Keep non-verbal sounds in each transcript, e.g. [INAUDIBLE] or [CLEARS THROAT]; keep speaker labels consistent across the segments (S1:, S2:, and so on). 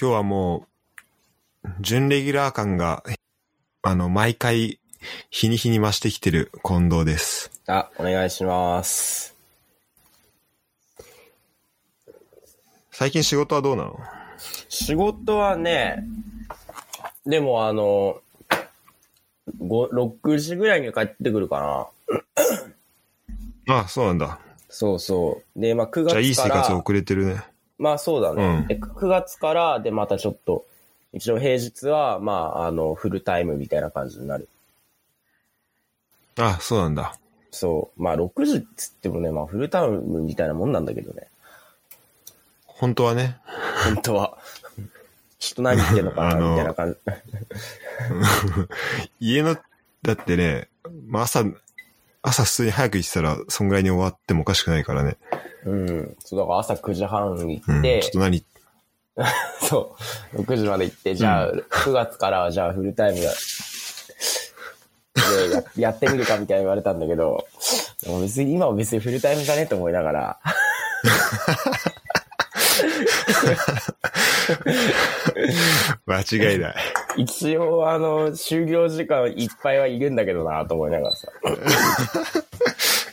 S1: 今日はもう、準レギュラー感が、あの、毎回、日に日に増してきてる近藤です。
S2: あ、お願いします。
S1: 最近仕事はどうなの
S2: 仕事はね、でもあの、ご6時ぐらいには帰ってくるかな。
S1: あそうなんだ。
S2: そうそう。で、まあ9月
S1: じ
S2: か
S1: ゃあ、
S2: ら。
S1: いい生活を送れてるね。
S2: まあそうだね
S1: う。ん
S2: で9月から、で、またちょっと、一応平日は、まあ、あの、フルタイムみたいな感じになる。
S1: あそうなんだ。
S2: そう。まあ6時っつってもね、まあフルタイムみたいなもんなんだけどね。 [LAUGHS]
S1: 本当はね。
S2: 本当は。人何言ってんのか
S1: [LAUGHS] あ
S2: な、
S1: の
S2: みたいな感じ。
S1: 家の、だってね、まあ、朝、朝普通に早く行ってたら、そんぐらいに終わってもおかしくないからね。
S2: うん。そう、だから朝9時半に
S1: う
S2: 行っ
S1: ん。ちょ
S2: て、
S1: っと何、
S2: そう。6時まで行って、じゃあ、9月からはじゃあフルタイムだ。でや、 [LAUGHS] やってみるかみたいに言われたんだけど、でも別に今は別にフルタイムじゃねえと思いながら。
S1: 間違い [LAUGHS] ない。
S2: 一応、あの、就業時間いっぱいはいるんだけどなと思いながらさ。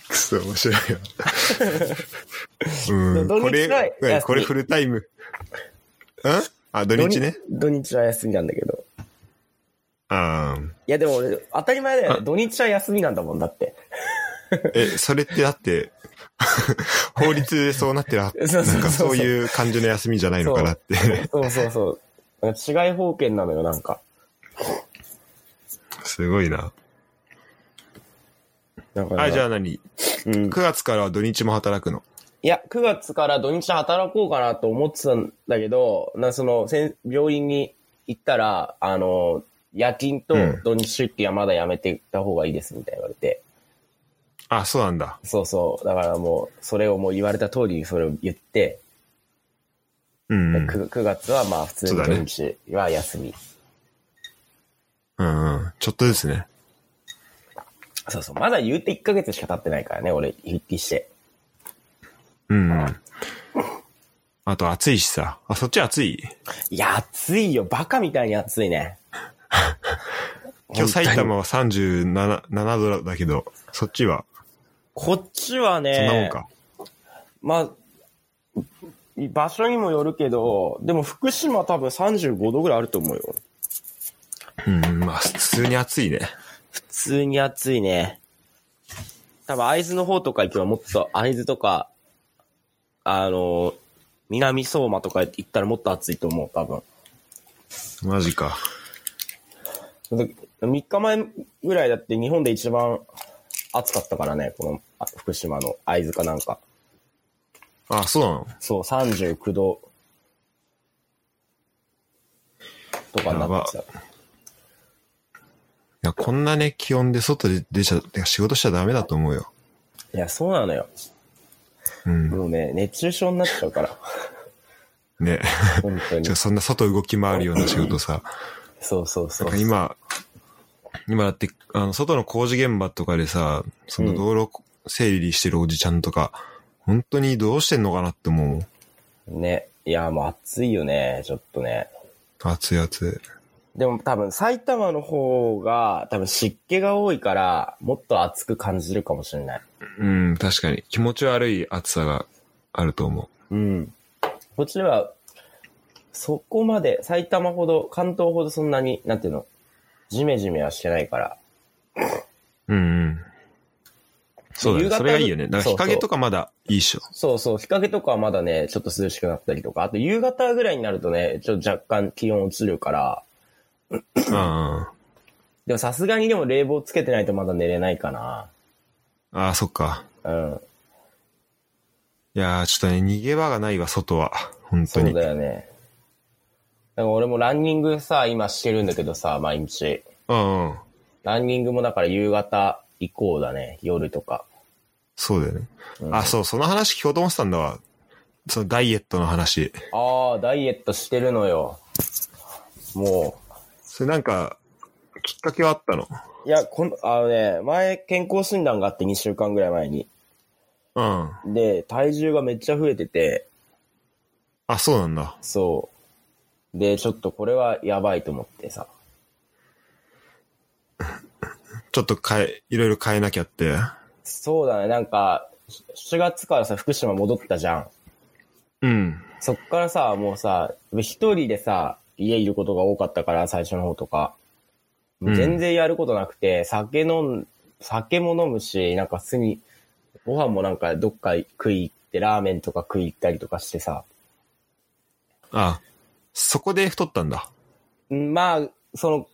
S1: くそ、面白いよ。うん。
S2: 土日
S1: こ
S2: は
S1: れ、
S2: 休み
S1: これフルタイム。んあ、土日ね。
S2: 土日。土日は休みなんだけど。
S1: ああ。
S2: いや、でも俺、当たり前だよね。土日は休みなんだもん
S1: [LAUGHS]
S2: だって。
S1: え、それってだって、 [LAUGHS] 法律でそうなってるは、
S2: [LAUGHS] そうそうそう
S1: なんかそういう感じの休みじゃないのかなって。
S2: [LAUGHS] そうそうそう。なんか違い方権なのよ、なんか。
S1: すごいな。
S2: だから
S1: あ、じゃあ何
S2: うん。
S1: ?9 月からは土日も働くの。
S2: いや、9月から土日働こうかなと思ってたんだけど、なその、せん病院に行ったら、あの、夜勤と
S1: うん
S2: 土日出勤はまだやめていた方がいいですみたいに言われて。
S1: あ、そうなんだ。
S2: そうそう。だからもう、それをもう言われた通りにそれを言って、
S1: うんうん。
S2: 9, 月はまあ普通
S1: そう
S2: に
S1: だ
S2: 土
S1: ね
S2: 日は休み。
S1: うんうん。ちょっとですね。
S2: そうそう。まだ言うて1ヶ月しか経ってないからね、俺、復帰して。
S1: うんうん。あと暑いしさ。あ、そっち暑い
S2: いや、暑いよ。バカみたいに暑いね。
S1: [LAUGHS] 今日埼
S2: 本当に。
S1: 玉は37 7度だけど、そっちは
S2: こっちはね、
S1: そんなもんか。
S2: まあ、場所にもよるけど、でも福島多分35度ぐらいあると思うよ。
S1: うんうん、まあ普通に暑いね。
S2: 普通に暑いね。多分会津の方とか行けばもっと、会津とか、あの、南相馬とか行ったらもっと暑いと思う、多分。
S1: マジか。
S2: 3日前ぐらいだって日本で一番暑かったからね、このあ福島の会津かなんか。
S1: あ、そうなの
S2: そう、39度とかになってた。
S1: いや、こんなね、気温で外で出ちゃ、てか仕事しちゃダメだと思うよ。
S2: いや、そうなのよ。
S1: うん。
S2: もうね、熱中症になっちゃう
S1: [LAUGHS]
S2: から。
S1: ね。
S2: 本当に
S1: じゃ。あそんな外動き回るような仕事さ。
S2: そうそうそう。
S1: 今、今だって、あの、外の工事現場とかでさ、その道路整理してるおじちゃんとか、本当にどうしてんのかなって思うもん。
S2: ね。いや、もう暑いよね、ちょっとね。
S1: 暑い暑
S2: でも多分埼玉の方が多分湿気が多いから、もっと暑く感じるかもしれない。
S1: い。うん、確かに。気持ち悪い暑さがあると思
S2: うん。こっちは、そこまで、埼玉ほど、関東ほどそんなに、なんていうの、ジメジメはしてないから。
S1: う。うんうん。そうだ
S2: 夕
S1: ね。
S2: 方
S1: それがいいよね。だから
S2: そう
S1: 日陰とかまだいいっし [CLEARS THROAT] ょ。
S2: そうそう、日陰とかはまだね、ちょっと涼しくなったりとか、あと夕方ぐらいになるとね、ちょっと若干気温落ちるから、
S1: うんうん。
S2: でもさすがにでも冷房つけてないとまだ寝れないかな。
S1: ああ、そっか。
S2: うん。
S1: いやー、ちょっとね、逃げ場がないわ、外は。本当
S2: そう
S1: に。
S2: だよね。だから俺もランニングさ、今してるんだけどさ、毎日。
S1: うんうん。
S2: ランニングもだから夕方以降だね、夜とか。
S1: そうだよね。
S2: うん
S1: あ、そう、その話聞こうと思ってたんだわ。そのダイエットの話。
S2: ああ、ダイエットしてるのよ。も
S1: それなんか、きっかけはあったの
S2: う。いや、この、あのね、前、健康診断があって2週間ぐらい前に。
S1: うん。
S2: で、体重がめっちゃ増えてて、
S1: あ、そうなんだ。
S2: そで、ちょっとこれはやばいと思ってさ。
S1: ちょっと変え、いろいろ変えなきゃって。
S2: そうだね、なんか、し7月からさ、福島戻ったじゃん。
S1: うん。
S2: そっからさ、もうさ、一人でさ、家いることが多かったから、最初の方とか。
S1: うん
S2: 全然やることなくて、酒飲ん、酒も飲むし、なんかすに、ご飯もなんかどっか食い行って、ラーメンとか食い行ったりとかしてさ。
S1: あ、そこで太ったんだ。
S2: んまあ、その、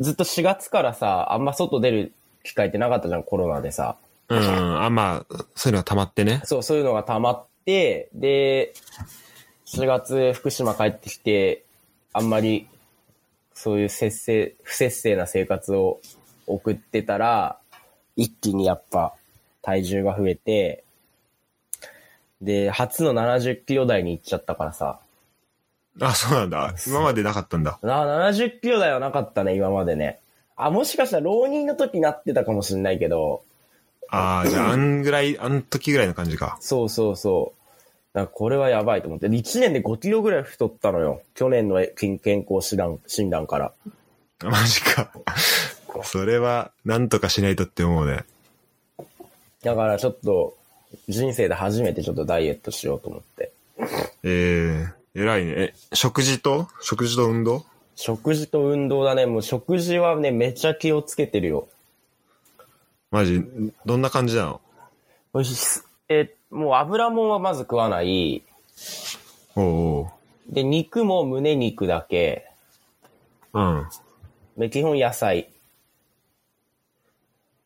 S2: ずっと4月からさ、あんま外出る機会ってなかったじゃん、コロナでさ。
S1: うん。あ、まあ、そういうのが溜まってね。
S2: そう、そういうのが溜まって、で、4月福島帰ってきて、あんまり、そういう節制、不節制な生活を送ってたら、一気にやっぱ体重が増えて、で、初の70キロ台に行っちゃったからさ。
S1: あ、そうなんだ。今までなかったんだ。
S2: な70キロ台はなかったね、今までね。あ、もしかしたら浪人の時になってたかもしれないけど、
S1: ああ、じゃあ、あんぐらい、あん時ぐらいの感じか。
S2: そうそうそう。だからこれはやばいと思って。1年で5キロぐらい太ったのよ。去年の健健康診断診断から。
S1: あマジか。それは、なんとかしないとって思うね。
S2: だからちょっと、人生で初めてちょっとダイエットしようと思って。
S1: ええ偉いね。え、食事と食事と運動
S2: 食事と運動だね。もう食事はね、めちゃ気をつけてるよ。
S1: マジ、どんな感じなの
S2: おいしえ、もう油もんはまず食わない。
S1: おう
S2: で、肉も胸肉だけ。
S1: おう。うん。
S2: で、基本野菜。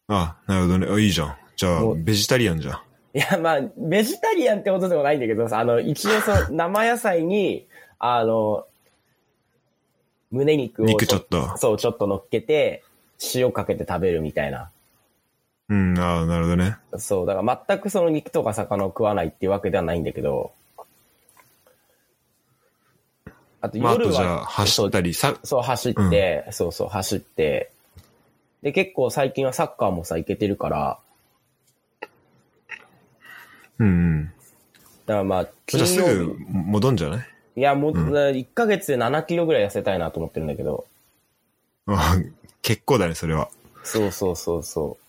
S1: あ、なるほどね。あ、いいじゃん。じゃあ、
S2: お
S1: ベジタリアンじゃん。
S2: いや、まあ、ベジタリアンってことでもないんだけどさ、あの、一応そ
S1: [LAUGHS]
S2: の、生野菜に、あの、胸肉を
S1: 肉ちょっと。
S2: そう、ちょっと乗っけて、塩かけて食べるみたいな。
S1: うん、ああ、なるほどね。
S2: そう、だから全くその肉とか魚を食わないっていうわけではないんだけど、あと
S1: まあ、あ
S2: 夜
S1: と
S2: は、
S1: じゃあ、走ったり、さ、
S2: そう、走って、そうそう、走って、で、結構最近はサッカーもさ、行けてるから、
S1: うんうん。
S2: だからまあ、
S1: じゃあ、
S2: 金
S1: す
S2: 曜日
S1: ぐ戻んじゃない
S2: いや、もう、
S1: うん
S2: 1ヶ月で7キロぐらい痩せたいなと思ってるんだけど。
S1: あ結構だね、それは。
S2: そうそうそうそう。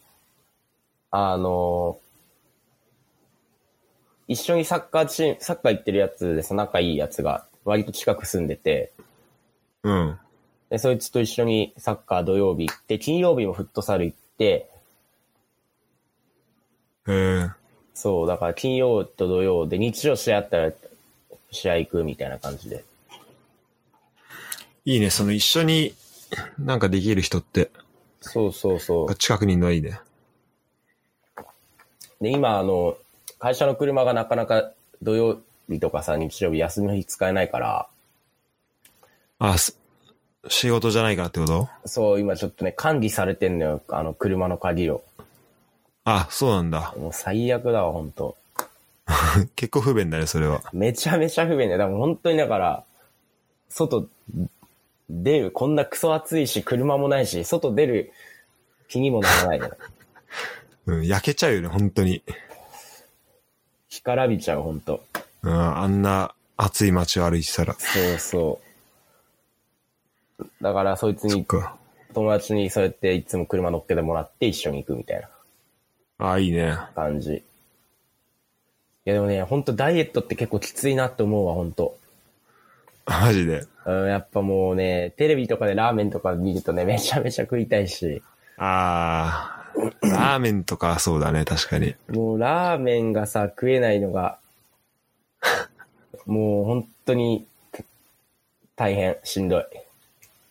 S2: あのー一緒にサッカーチーム、サッカー行ってるやつでさ、仲いいやつが割と近く住んでて、
S1: うん。
S2: で、そいつと一緒にサッカー土曜日行って、金曜日もフットサル行って、
S1: へえ。
S2: そう、だから金曜と土曜で日曜試合あったら試合行くみたいな感じで。
S1: いいね、その一緒になんかできる人って、
S2: そうそうそう。
S1: 近くにいるのはいいね。
S2: で、今、あの、会社の車がなかなか土曜日とかさ、日曜日休みの日使えないから、
S1: あ、す仕事じゃないからってこと
S2: そう、今ちょっとね、管理されてんのよ、あの、車の鍵を。
S1: あ、そうなんだ。
S2: もう最悪だわ、ほんと。
S1: 結構不便だね、それは。
S2: めちゃめちゃ不便だよ。だから本当にだから、外出る、こんなクソ暑いし、車もないし、外出る気にもならないのよ。
S1: うん、焼けちゃうよね、本当に。
S2: 干からびちゃう、ほんと。
S1: うん、あんな暑い街を歩いてたら。
S2: そうそう。だから、そいつ
S1: そっ
S2: に、
S1: か。
S2: 友達にそうやっていつも車乗っけてもらって一緒に行くみたいな。
S1: あ、いいね。
S2: 感じ。いやでもね、ほんとダイエットって結構きついなって思うわ、ほんと。
S1: マジで。
S2: うん、やっぱもうね、テレビとかでラーメンとか見るとね、めちゃめちゃ食いたいし、
S1: あー、ラーメンとかそうだね、確かに。
S2: もうラーメンがさ、食えないのが、 [LAUGHS] もう本当に、大変、しんどい。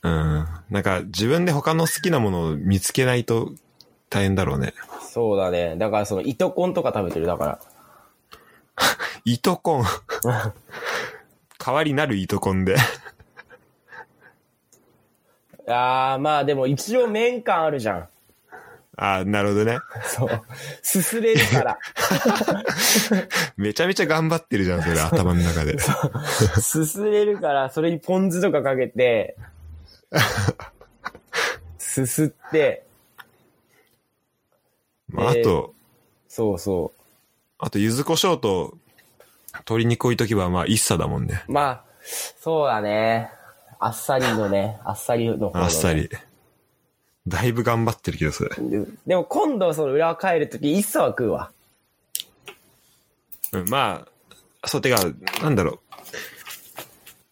S1: うん。なんか自分で他の好きなものを見つけないと大変だろうね。
S2: そうだね。だからその、糸コンとか食べてる、だから。
S1: 糸コ [LAUGHS] ン。代わりなる糸コンで。
S2: あー、まあでも一応麺感あるじゃん。 [LAUGHS]
S1: あー、なるほどね。
S2: そう。すすれるから。
S1: めちゃめちゃ頑張ってるじゃん、それ頭の中で。
S2: すすれるから、それにポン酢とかかけて、すすって、
S1: まあ、あと、
S2: そうそ
S1: あと、柚子胡椒と鶏肉置いとけば、まあ、一茶だもんね。
S2: う。まあ、そうだね。あっさりのね、あっさりの方のね、
S1: あっさり。だいぶ頑張ってる気がする。
S2: で。でも今度その裏帰るとき、一茶は食うわ。
S1: うん、まあ、そう、てか、なんだろ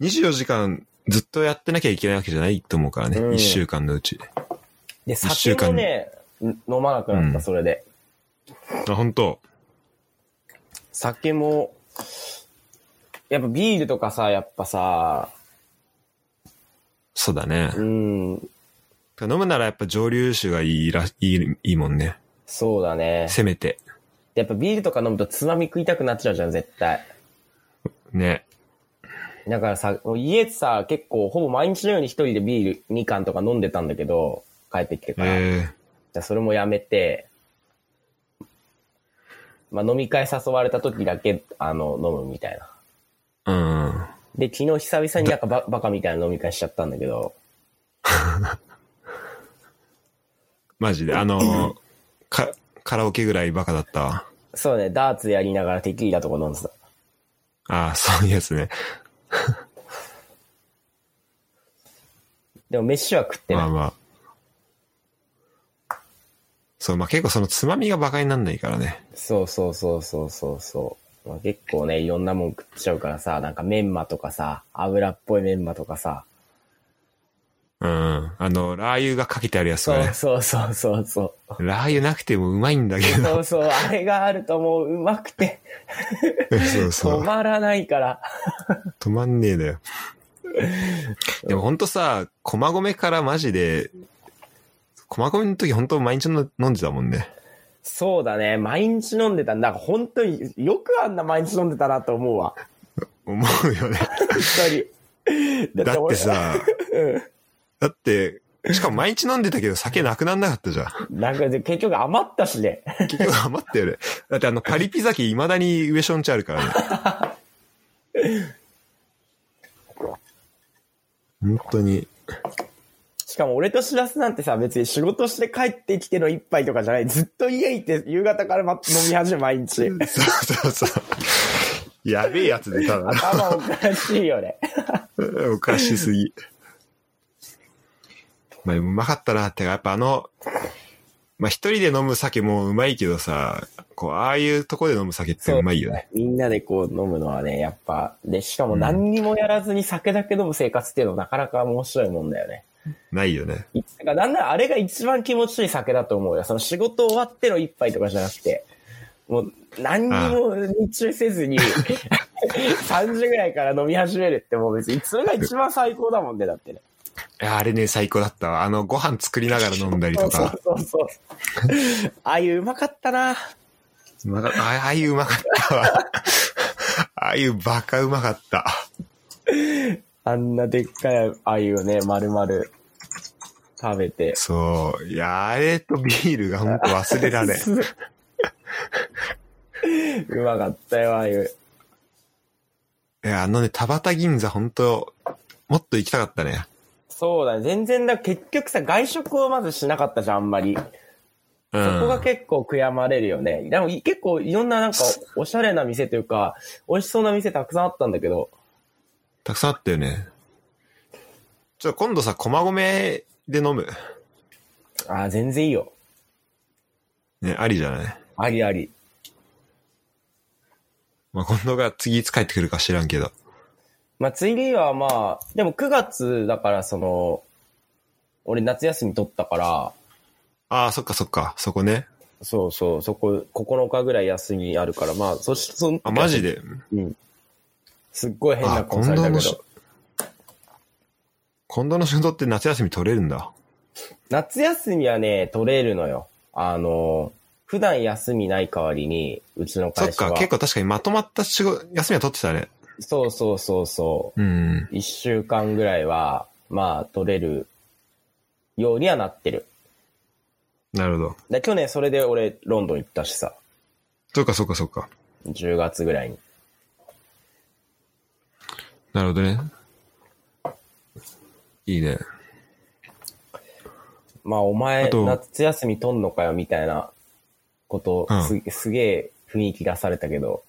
S1: う。24時間ずっとやってなきゃいけないわけじゃないと思うからね。一
S2: うん
S1: 1週間のうち。
S2: で、
S1: 週
S2: 酒
S1: 間
S2: もね、飲まなくなっ
S1: うん
S2: た、それで。
S1: あ、本当
S2: 酒も、やっぱビールとかさ、やっぱさ、
S1: そうだね。
S2: うん、
S1: 飲むならやっぱ上流酒がいいら、いい、いいもんね。
S2: そうだね。
S1: せめて。
S2: やっぱビールとか飲むとつまみ食いたくなっちゃうじゃん、絶対。
S1: ね。
S2: だからさ、もう家でさ、結構ほぼ毎日のように一人でビール2缶とか飲んでたんだけど、帰ってきてから。
S1: え
S2: じゃあそれもやめて、まあ飲み会誘われた時だけ、あの、飲むみたいな。
S1: えうん。
S2: で、昨日久々になんかババカみたいな飲み会しちゃったんだけど、
S1: マジで。あの、か、カラオケぐらいバカだったわ。
S2: そうね、ダーツやりながらテキーラとか飲んでた。
S1: ああ、そういうやつね。
S2: でも飯は食って
S1: ま
S2: な
S1: あ
S2: い。
S1: まあ。そう、まあ結構そのつまみがバカになんないからね。
S2: そうそうそうそうそうそう。まあ、結構ね、いろんなもん食っちゃうからさ、なんかメンマとかさ、油っぽいメンマとかさ、
S1: うん。あの、ラー油がかけてあるやつ
S2: そ
S1: が
S2: う
S1: ね。
S2: [LAUGHS] そうそうそうそう。
S1: ラー油なくてもうまいんだけど。
S2: そうそう、あれがあるともううまくて [LAUGHS]
S1: そうそ
S2: 止
S1: う。
S2: まらないから。
S1: 止まんねえだよ。でもほんとさ、駒込からマジで、駒込の時ほんと毎日の飲んでたもんね。
S2: そうだね、毎日飲んでた。なんか本当によくあんな毎日飲んでたなと思うわ。
S1: 思うよね。
S2: 一
S1: [LAUGHS]
S2: 人。
S1: だって
S2: 俺
S1: さ、だって、しかも毎日飲んでたけど酒なくなんなかったじゃん。
S2: なんか結局余ったしね。
S1: [LAUGHS] 結局余ってる。だってあの、パリピザキ未だに上ションチあるからね。
S2: [LAUGHS]
S1: 本当に。
S2: しかも俺としらすなんてさ、別に仕事して帰ってきての一杯とかじゃない。ずっと家行って夕方からま飲み始め毎日。
S1: そうそうそう。やべえやつでただ
S2: 頭おかしいよ
S1: [LAUGHS]
S2: ね。
S1: な。おかしすぎ。まあ、うまかったなってか、やっぱあの、まあ一人で飲む酒もうまいけどさ、こう、ああいうとこで飲む酒ってうまいよね。
S2: みんなでこう飲むのはね、やっぱ。で、しかも何にもやらずに酒だけ飲む生活っていうのはなかなか面白いもんだよね。
S1: ないよね。
S2: いつか、なんならあれが一番気持ちいい酒だと思うよ。その仕事終わっての一杯とかじゃなくて、もう何にも日中せ [LAUGHS] ずに、3時ぐらいから飲み始めるってもう別に、それが一番最高だもんね、だってね。
S1: いや、あれね、最高だったわ。あの、ご飯作りながら飲んだり
S2: そ
S1: と
S2: うそ
S1: か
S2: う。そうそう。ああいううまかったな。
S1: うまかあああいううまかったわ。 [LAUGHS] ああいうバカうまかった。
S2: あんなでっかいあゆをね、丸々食べて。
S1: そう。いや、あれとビールが本当忘れられん。
S2: [LAUGHS] うまかったよ、ああいう。
S1: いや、あのね、田畑銀座本当もっと行きたかったね。
S2: そうだね。全然だ、結局さ、外食をまずしなかったじゃん、あんまり。
S1: う
S2: そこが
S1: ん。
S2: 結構悔やまれるよね。でもい結構いろん
S1: [LAUGHS]
S2: ななんかおしゃれな店というか、美味しそうな店たくさんあったんだけど、
S1: たくさんあったよね。ちょっと今度さ、駒込で飲む。
S2: ああ、全然いいよ。
S1: ね、ありじゃない
S2: ありあり。
S1: まあ、今度が次いつ帰ってくるか知らんけど。
S2: まあ、次はまあ、でも9月だからその、俺夏休み取ったから、
S1: ああ、そっかそっか。そこね。
S2: そうそう、そこ9日ぐらい休みあるから、まあ、そし、その時
S1: あ、
S2: は
S1: マジで。
S2: うん。すっごい変な
S1: あ、
S2: 顔
S1: 今
S2: され
S1: 度
S2: た
S1: の
S2: け
S1: し
S2: ど。、
S1: 今度の仕事って夏休み取れるんだ。
S2: 夏休みはね、取れるのよ。あの、普段休みない代わりに、うちの
S1: そ
S2: 会
S1: っ
S2: 社は。
S1: か、結構確かにまとまった仕事、休みは取ってたね。
S2: そうそうそうそう。
S1: うん。
S2: 一週間ぐらいは、まあ、取れるようにはなってる。
S1: なるほど。
S2: で、去年それで俺、ロンドン行ったしさ、
S1: そっかそっかそっか。
S2: 10月ぐらいに。
S1: なるほどね。いいね。
S2: まあ、お
S1: あ
S2: 前、
S1: と
S2: 夏休み取んのかよ、みたいなことをす、すげえ
S1: [LAUGHS] [LAUGHS]
S2: 雰囲気出されたけど、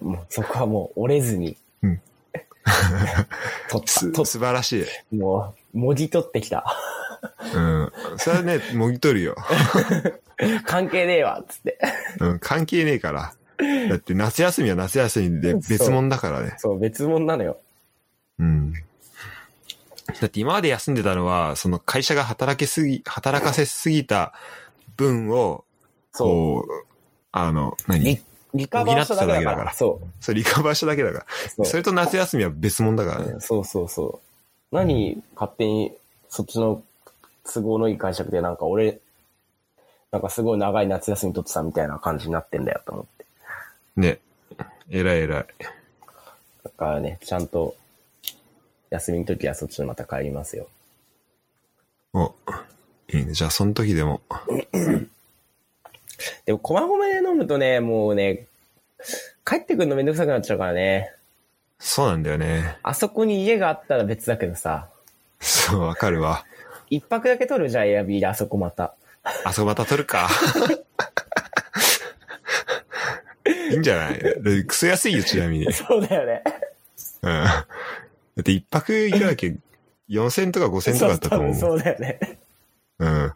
S2: もうそこはもう折れずに、 [LAUGHS] 取った、
S1: す
S2: 取っ
S1: 素晴らしい。
S2: た、もう、もぎ取ってきた。 [LAUGHS]
S1: うん。それはね、もぎ取るよ。
S2: 関係ねえわ、つって。
S1: うん、関係ねえから。だって夏休みは夏休みで別物だからね。
S2: そう、別物なのよ。
S1: うん。だって今まで休んでたのは、その会社が働けすぎ、働かせすぎた分を、
S2: そう。
S1: こう、あの、
S2: リ
S1: 何
S2: リカバーしただけ
S1: 補ってただ
S2: だか。
S1: けだからら
S2: そ
S1: それリカバーしただけだから。
S2: う。
S1: そ
S2: そう
S1: れと夏休みは別物だからね。
S2: そうそうそう。何、勝手に、そっちの都合のいい解釈で、なんか俺、なんかすごい長い夏休み取ってたみたいな感じになってんだよと思って。
S1: ね。えらいえらい。
S2: だからね、ちゃんと、休みの時はそっちにまた帰りますよ。
S1: お、いいね。じゃあその時でも。
S2: でも、こまごまで飲むとね、もうね、帰ってくるのめんどくさくなっちゃうからね。
S1: そうなんだよね。
S2: あそこに家があったら別だけどさ、
S1: そう、わかるわ。
S2: 一泊だけ取るじゃん、エアビーであそこま
S1: [LAUGHS]
S2: た。
S1: あそこまた取るか。いいんじゃないクソ安いよ、ちなみに。うん。
S2: そうだよね。
S1: だって一泊いくらだっけ ?4000 とか5000とかだったと思う。
S2: [LAUGHS] そう多分そうだよね。
S1: [LAUGHS] うん。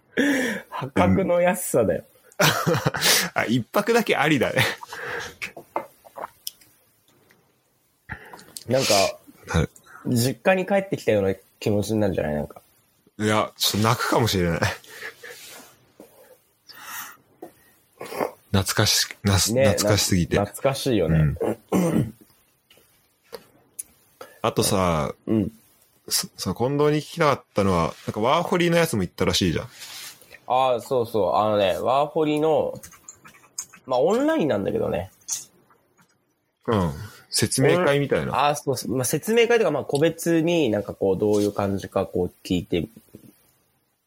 S2: 破格の安さだよ。
S1: あ、一泊だけありだね。
S2: なんか、
S1: は
S2: 実家に帰ってきたような気持ちになるんじゃないなんか。
S1: いや、ちょっと泣くかもしれない。懐かし、なす
S2: ね
S1: 懐かしすぎて。
S2: な懐かしいよ
S1: う
S2: ね
S1: ん。。あとさ、
S2: うん。
S1: そその近藤に聞きたかったのは、なんかワーホリのやつも行ったらしいじゃん。
S2: ああ、そうそう。あのね、ワーホリの、まあオンラインなんだけどね。
S1: うん。説明会みたいな。
S2: ああ、そうそう。まあ説明会とか、まあ個別になんかこう、どういう感じかこう聞いて、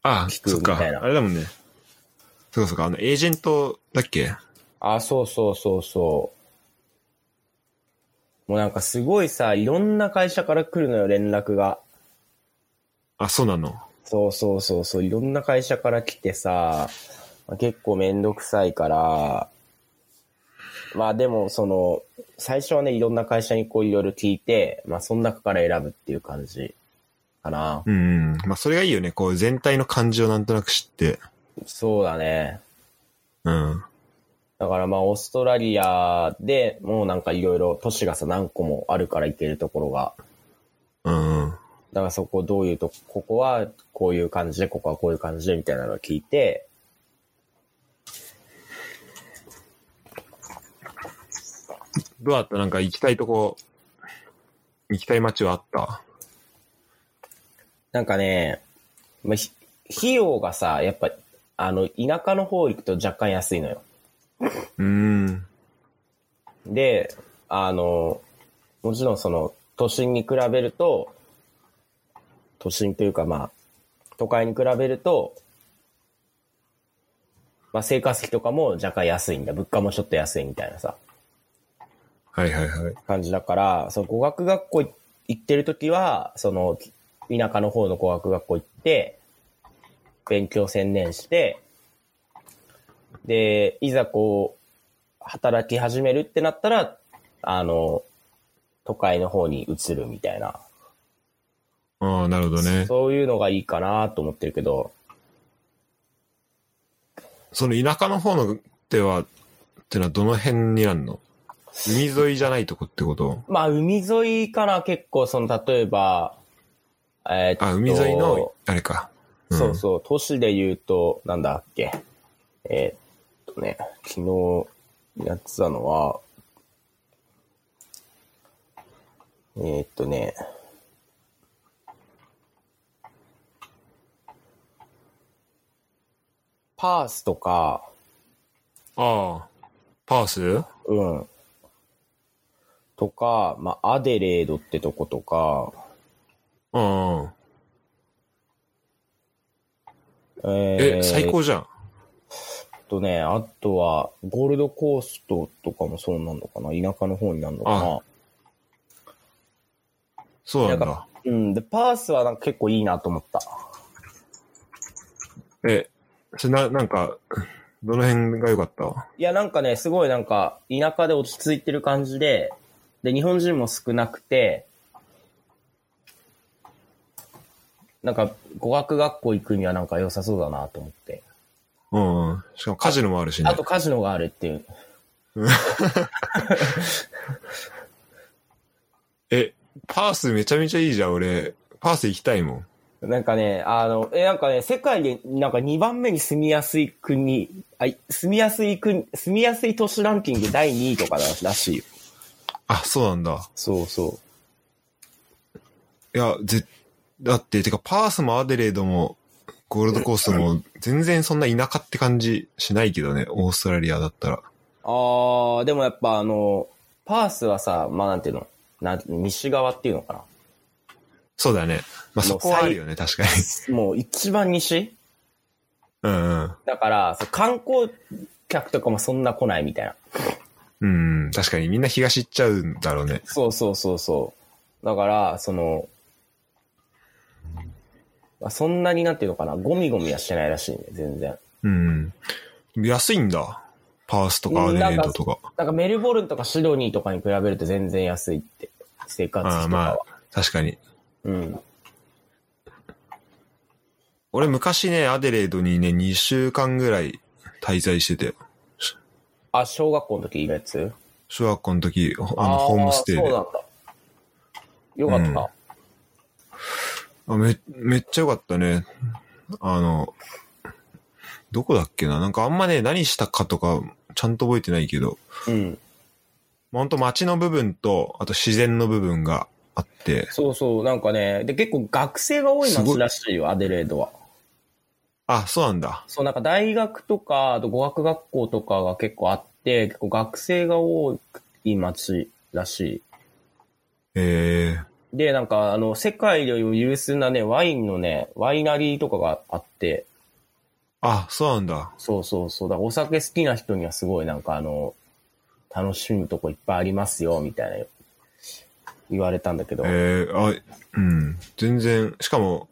S1: ああ、
S2: 聞く
S1: そっか。
S2: みたいな
S1: あれだもんね。そうかそうか、あの、エージェントだっけ
S2: ああ、そうそうそうそう。もうなんかすごいさ、いろんな会社から来るのよ、連絡が。
S1: あ、そうなの。
S2: そうそうそうそう、いろんな会社から来てさ、まあ結構めんどくさいから、まあでもその、最初はね、いろんな会社にこういろいろ聞いて、まあその中から選ぶっていう感じかな。
S1: うん、うん。まあ、それがいいよね。こう、全体の感じをなんとなく知って。
S2: そうだね。
S1: うん。
S2: だからまあオーストラリアでもうなんかいろいろ都市がさ何個もあるから行けるところが。
S1: うんうん。
S2: だからそこどういうとこ、ここはこういう感じで、ここはこういう感じでみたいなのを聞いて、
S1: どうだったなんか行きたいとこ、行きたい街はあった
S2: なんかね、まあ、ひ費用がさ、やっぱ、あの、田舎の方行くと若干安いのよ。
S1: うん。
S2: で、あの、もちろんその、都心に比べると、都心というかまあ、都会に比べると、まあ生活費とかも若干安いんだ。物価もちょっと安いみたいなさ、
S1: はいはいはい。
S2: 感じだから、その語学学校行ってる時は、その、田舎の方の語学学校行って、勉強専念して、で、いざこう、働き始めるってなったら、あの、都会の方に移るみたいな。
S1: ああ、なるほどね。
S2: そういうのがいいかなと思ってるけど、
S1: その田舎の方のでは、ってのはどの辺にあんの海沿いじゃないとこってこと
S2: まあ、海沿いから結構、その、例えば、えーっと
S1: あ、海沿いの、あれか。ん
S2: そうそう、都市で言うと、なんだっけ。えーっとね、昨日やってたのは、えーっとね、パースとか、
S1: ああ、パース
S2: うん。とか、まあ、アデレードってとことか、
S1: うんうん。
S2: え
S1: え、
S2: ー
S1: 最高じゃん。
S2: あとね、あとは、ゴールドコーストとかもそうなんのかな田舎の方になるのか
S1: そうなんだ。
S2: ななうん。で、パースはなんか結構いいなと思った。
S1: え、それな、なんか、どの辺が良かった
S2: いや、なんかね、すごいなんか、田舎で落ち着いてる感じで、で、日本人も少なくて、なんか語学学校行くにはなんか良さそうだなと思って。
S1: うんうん。しかもカジノもあるしね。
S2: あとカジノがあるっていう。
S1: え、パースめちゃめちゃいいじゃん、俺。パース行きたいもん。
S2: なんかね、あの、え、なんかね、世界でなんか2番目に住みやすい国、あ、い住みやすい国、住みやすい都市ランキング第2位とかだらしいよ。
S1: あ、そうなんだ。
S2: そうそ
S1: いや、ぜ、だって、てかパースもアデレードも、ゴールドコーストも、全然そんな田舎って感じしないけどね、オーストラリアだったら。
S2: う。あー、でもやっぱあの、パースはさ、まあなんていうの、なん西側っていうのか
S1: そうだね。まあ、そこはあるよね、確かに。 [LAUGHS]
S2: [LAUGHS] な。もう一番西
S1: うんうん。
S2: だから、そう観光客とかもそんな来ないみたいな。
S1: うん、確かにみんな東行っちゃうんだろうね。
S2: そうそうそうそう。だから、その、まあそんなになんていうのかな、ゴミゴミはしてないらしいね、全然。
S1: うん。安いんだ。パースとかアデレードとか。
S2: なんかメルボルンとかシドニーとかに比べると全然安いって、生活費
S1: あ
S2: と
S1: あ、
S2: かは。
S1: まあ、確かに。
S2: うん。
S1: 俺昔ね、アデレードにね、2週間ぐらい滞在してて、
S2: あ、小学校の時いるやつ
S1: 小学校の時、あの、
S2: ー
S1: ホームステイ
S2: そう
S1: で。
S2: なんだ。よかった。
S1: あめ、めっちゃ良かったね。あの、どこだっけななんかあんまね、何したかとか、ちゃんと覚えてないけど、
S2: うん。
S1: ほんと街の部分と、あと自然の部分があって、
S2: そうそう、なんかね、で、結構学生が多い街らしいよ、アデレードは。
S1: あ、そうなんだ。
S2: そう、なんか大学とか、あと語学学校とかが結構あって、結構学生が多い街らし
S1: え
S2: い。で、なんか、あの、世界でも有数なね、ワインのね、ワイナリーとかがあって、
S1: ー、あ、そうなんだ。
S2: そうそうそう。だからお酒好きな人にはすごいなんかあの、楽しむとこいっぱいありますよ、みたいな言われたんだけど。
S1: えー、あ、うん。全然、しかも、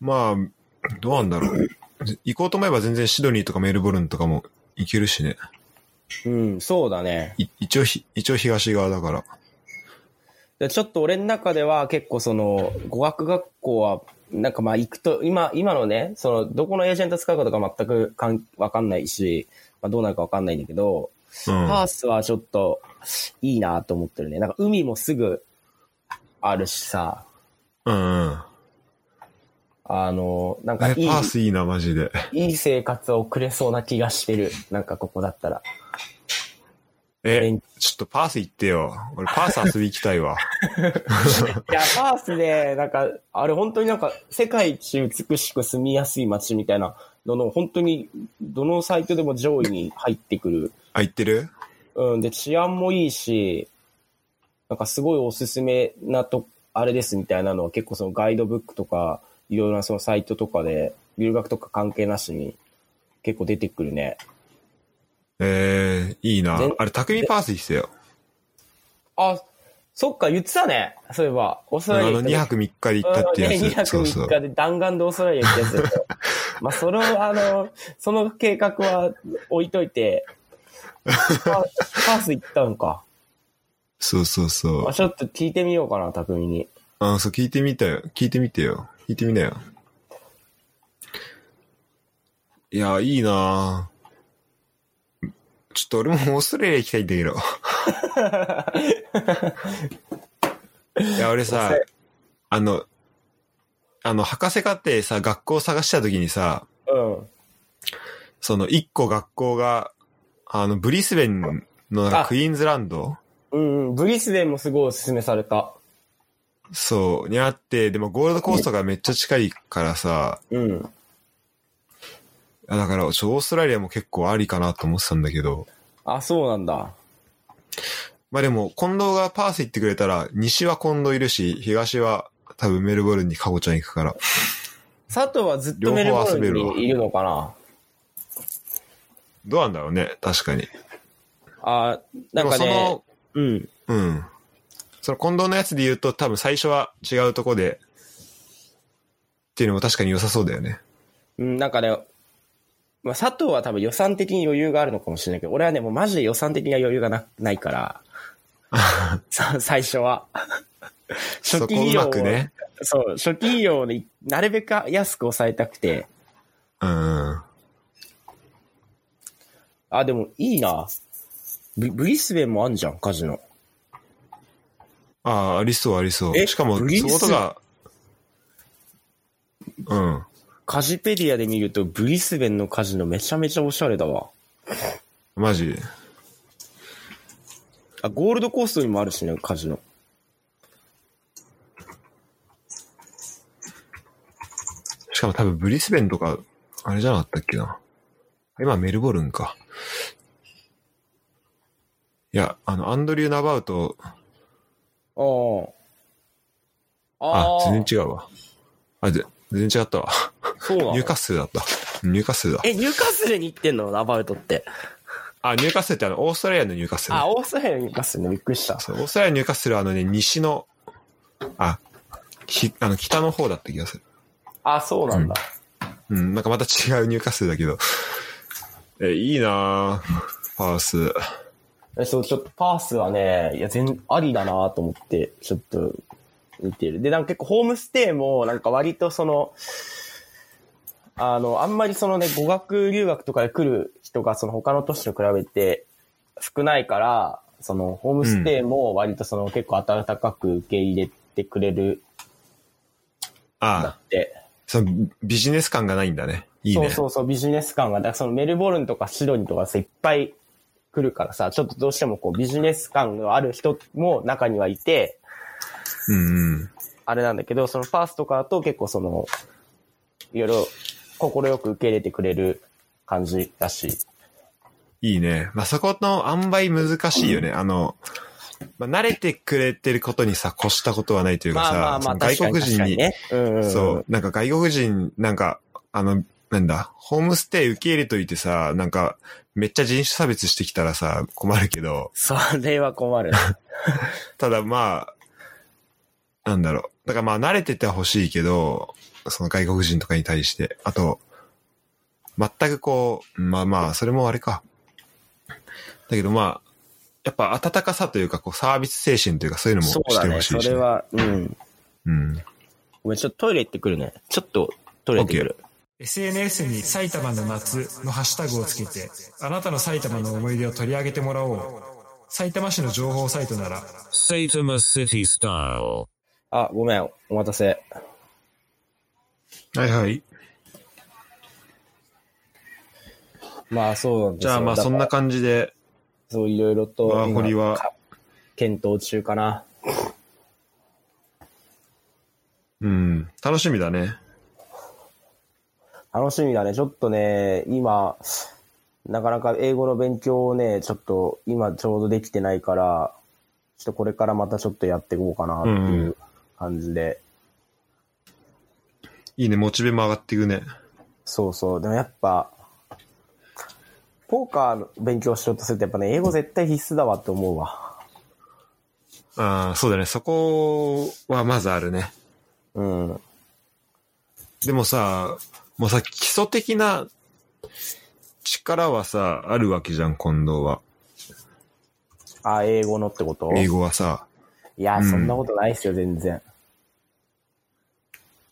S1: まあ、どうなんだろう。行こうと思えば全然シドニーとかメルボルンとかも行けるしね。
S2: うん、そうだね。
S1: い一応ひ、一応東側だから。
S2: でちょっと俺の中では結構その、語学学校は、なんかまあ行くと、今、今のね、その、どこのエージェント使うかとか全くかん、わかんないし、まあどうなるかわかんないんだけど、
S1: うん。
S2: パースはちょっと、いいなと思ってるね。なんか海もすぐ、あるしさ、
S1: うんうん。
S2: あの、なんか
S1: え、
S2: いい。
S1: パースいいな、マジで。
S2: いい生活を送れそうな気がしてる。なんかここだったら。ベ
S1: え
S2: ン、
S1: ちょっとパース行ってよ。俺パース遊び行きたいわ。
S2: いや、パースで、なんか、あれ本当になんか、世界一美しく住みやすい街みたいなのの、本当に、どのサイトでも上位に入ってくる。
S1: あ、行ってる
S2: うん、で、治安もいいし、なんかすごいおすすめなと、あれですみたいなのは結構そのガイドブックとか、いろいろなそのサイトとかで、留学とか関係なしに結構出てくるね。
S1: えー、いいな
S2: で。
S1: あれ、匠パース行ってたよ。
S2: あ、そっか、言ってたね。そういえば、オースト
S1: あ
S2: ラリア
S1: の、
S2: 行った時
S1: 2泊3日で行ったってやつ。
S2: 2泊
S1: そうそ
S2: 3
S1: う。
S2: 日で弾丸でオーストラリア行ったやつ
S1: [LAUGHS]
S2: だけどまあ、それを、あの、その計画は置いといて、パーパース行ったのか。
S1: そうそうそう
S2: まあ、。ちょっと聞いてみようかな、匠に。
S1: あの、そう、聞いてみたよ。聞いてみてよ。聞いてみなよ。いや、いいなぁちょっと俺もオーストラリア行きたいんだけど。いや、俺さ、あの、あの、博士課程さ、学校探した時にさ、
S2: うん。
S1: その、一個学校が、あの、ブリスベンのなんか
S2: あ
S1: クイーンズランド
S2: うんうん。ブリスベンもすごいおすすめされた。
S1: そう、にあって、でもゴールドコーストがめっちゃ近いからさ、
S2: うん。
S1: あだから、ちょオーストラリアも結構ありかなと思ってたんだけど、
S2: あ、そうなんだ。
S1: まあでも、近藤がパース行ってくれたら、西は近藤いるし、東は多分メルボルンにカゴちゃん行くから。
S2: 佐藤はずっとメルボルンにいるのかな。
S1: どうなんだろうね、確かに。
S2: あ、
S1: で
S2: なん
S1: も
S2: か
S1: そ
S2: ね
S1: の、、
S2: うん。
S1: うん。その近藤のやつで言うと、多分最初は違うとこで、っていうのも確かに良さそうだよね。
S2: うん、なんかね、まあ、佐藤
S1: [LAUGHS]
S2: は多分予算的に余裕があるのかもしれないけど、俺はね、もうマジで予算的な余裕がなないから、さ最初は。
S1: そ
S2: 初
S1: こう
S2: 期費用
S1: ま
S2: を
S1: くね。
S2: そう、初期費用をねなるべく安く抑えたくて。
S1: うん。
S2: あ、でもいいな。ブブリスベンもあんじゃん、カジノ。
S1: ああ、ありそう、ありそう。
S2: え
S1: しかも、そ
S2: ブ
S1: の
S2: リス
S1: ことが、うん。
S2: カジペディアで見ると、ブリスベンのカジノめちゃめちゃおしゃれだわ。
S1: マジで。
S2: あ、ゴールドコーストにもあるしね、カジノ。
S1: しかも多分ブリスベンとか、あれじゃなかったっけな。今メルボルンか。いや、あの、アンドリュー・ナバウと、
S2: ああ。
S1: あ
S2: あ、あ。
S1: 全然違うわ。あ、ぜ全然違ったわ。
S2: そうなの
S1: ニューカッスルだった。ニューカッスルだ。
S2: え、ニューカッスルに行ってんのラバウトって。
S1: あ、ニューカッスルってあの、オーストラリアのニューカッスルね。
S2: あ、オーストラリアのニューカッスルね。びっくりした。
S1: そう、オーストラリアのニューカッスルはあのね、西の、あ、ひ、あの、北の方だった気がする。
S2: あ、そうなんだ。
S1: うん、なんかまた違うニューカッスルだけど。え、いいなぁパース。
S2: えそう、ちょっとパースはね、いや、全、ありだなと思って、ちょっと、見てる。で、なんか結構ホームステイも、なんか割とその、あの、あんまりそのね、語学留学とかで来る人が、その他の都市と比べて少ないから、その、ホームステイも割とその、結構温かく受け入れてくれるんだ
S1: あ
S2: って。
S1: そのビジネス感がないんだね。いいね。
S2: そうそうそう、ビジネス感が。だからそのメルボルンとかシドニーとかさ、いっぱい来るからさ、ちょっとどうしてもこうビジネス感がある人も中にはいて、
S1: うんうん。
S2: あれなんだけど、そのパースとかだと結構その、いろいろ心よく受け入れてくれる感じだし。
S1: いいね。まあ、そこの塩梅難しいよね。あの、まあ、慣れてくれてることにさ、越したことはないというか
S2: ま
S1: さ、
S2: あまあま
S1: そ
S2: あ、
S1: の
S2: 確
S1: 外
S2: かに
S1: 国
S2: 確
S1: 人
S2: か
S1: に
S2: にね。うんうんん。
S1: そう。。なんか外国人、なんか、あの、なんだ、ホームステイ受け入れといてさ、なんか、めっちゃ人種差別してきたらさ、困るけど、
S2: それは
S1: [LAUGHS]
S2: 困る。
S1: ただまあ、なんだろう。だからまあ慣れててほしいけど、その外国人とかに対して。あと、全くこう、まあまあ、それもあれか。だけどまあ、やっぱ温かさというか、こうサービス精神というか、そういうのも
S2: そう
S1: し
S2: だ
S1: て
S2: ね。
S1: ほし
S2: そ
S1: いし、
S2: れは、うん。
S1: うん。
S2: ごめん、ちょっとトイレ行ってくるね。ちょっとトイレ行ってくる。
S3: SNS に埼玉の夏のハッシュタグをつけて、あなたの埼玉の思い出を取り上げてもらおう。埼玉市の情報サイトなら、
S4: Satama City Style.
S2: あ、ごめん、お待たせ。
S1: はいはい。
S2: まあそうなんです
S1: じ
S2: よ
S1: ゃあまあ
S2: だか
S1: そ
S2: ら
S1: んな感じで、
S2: そう、いろいろと。
S1: ワーホリは
S2: 今か検討中かな。
S1: うん、楽しみだね。
S2: 楽しみだね。ちょっとね、今、なかなか英語の勉強をね、ちょっと今ちょうどできてないから、ちょっとこれからまたちょっとやっていこうかなって
S1: ん
S2: いうう感じで。
S1: いいね、モチベも上がっていくね。
S2: そうそう。でもやっぱ、ポーカーの勉強しようとするとやっぱね、英語絶対必須だわって思うわ。
S1: ああ、そうだね。そこはまずあるね。
S2: うん。
S1: でもさ、もうさ、基礎的な力はさ、あるわけじゃん、近藤は。
S2: あ、英語のってこと
S1: 英語はさ。
S2: いや、
S1: ん
S2: そんなことないっすよ、全然。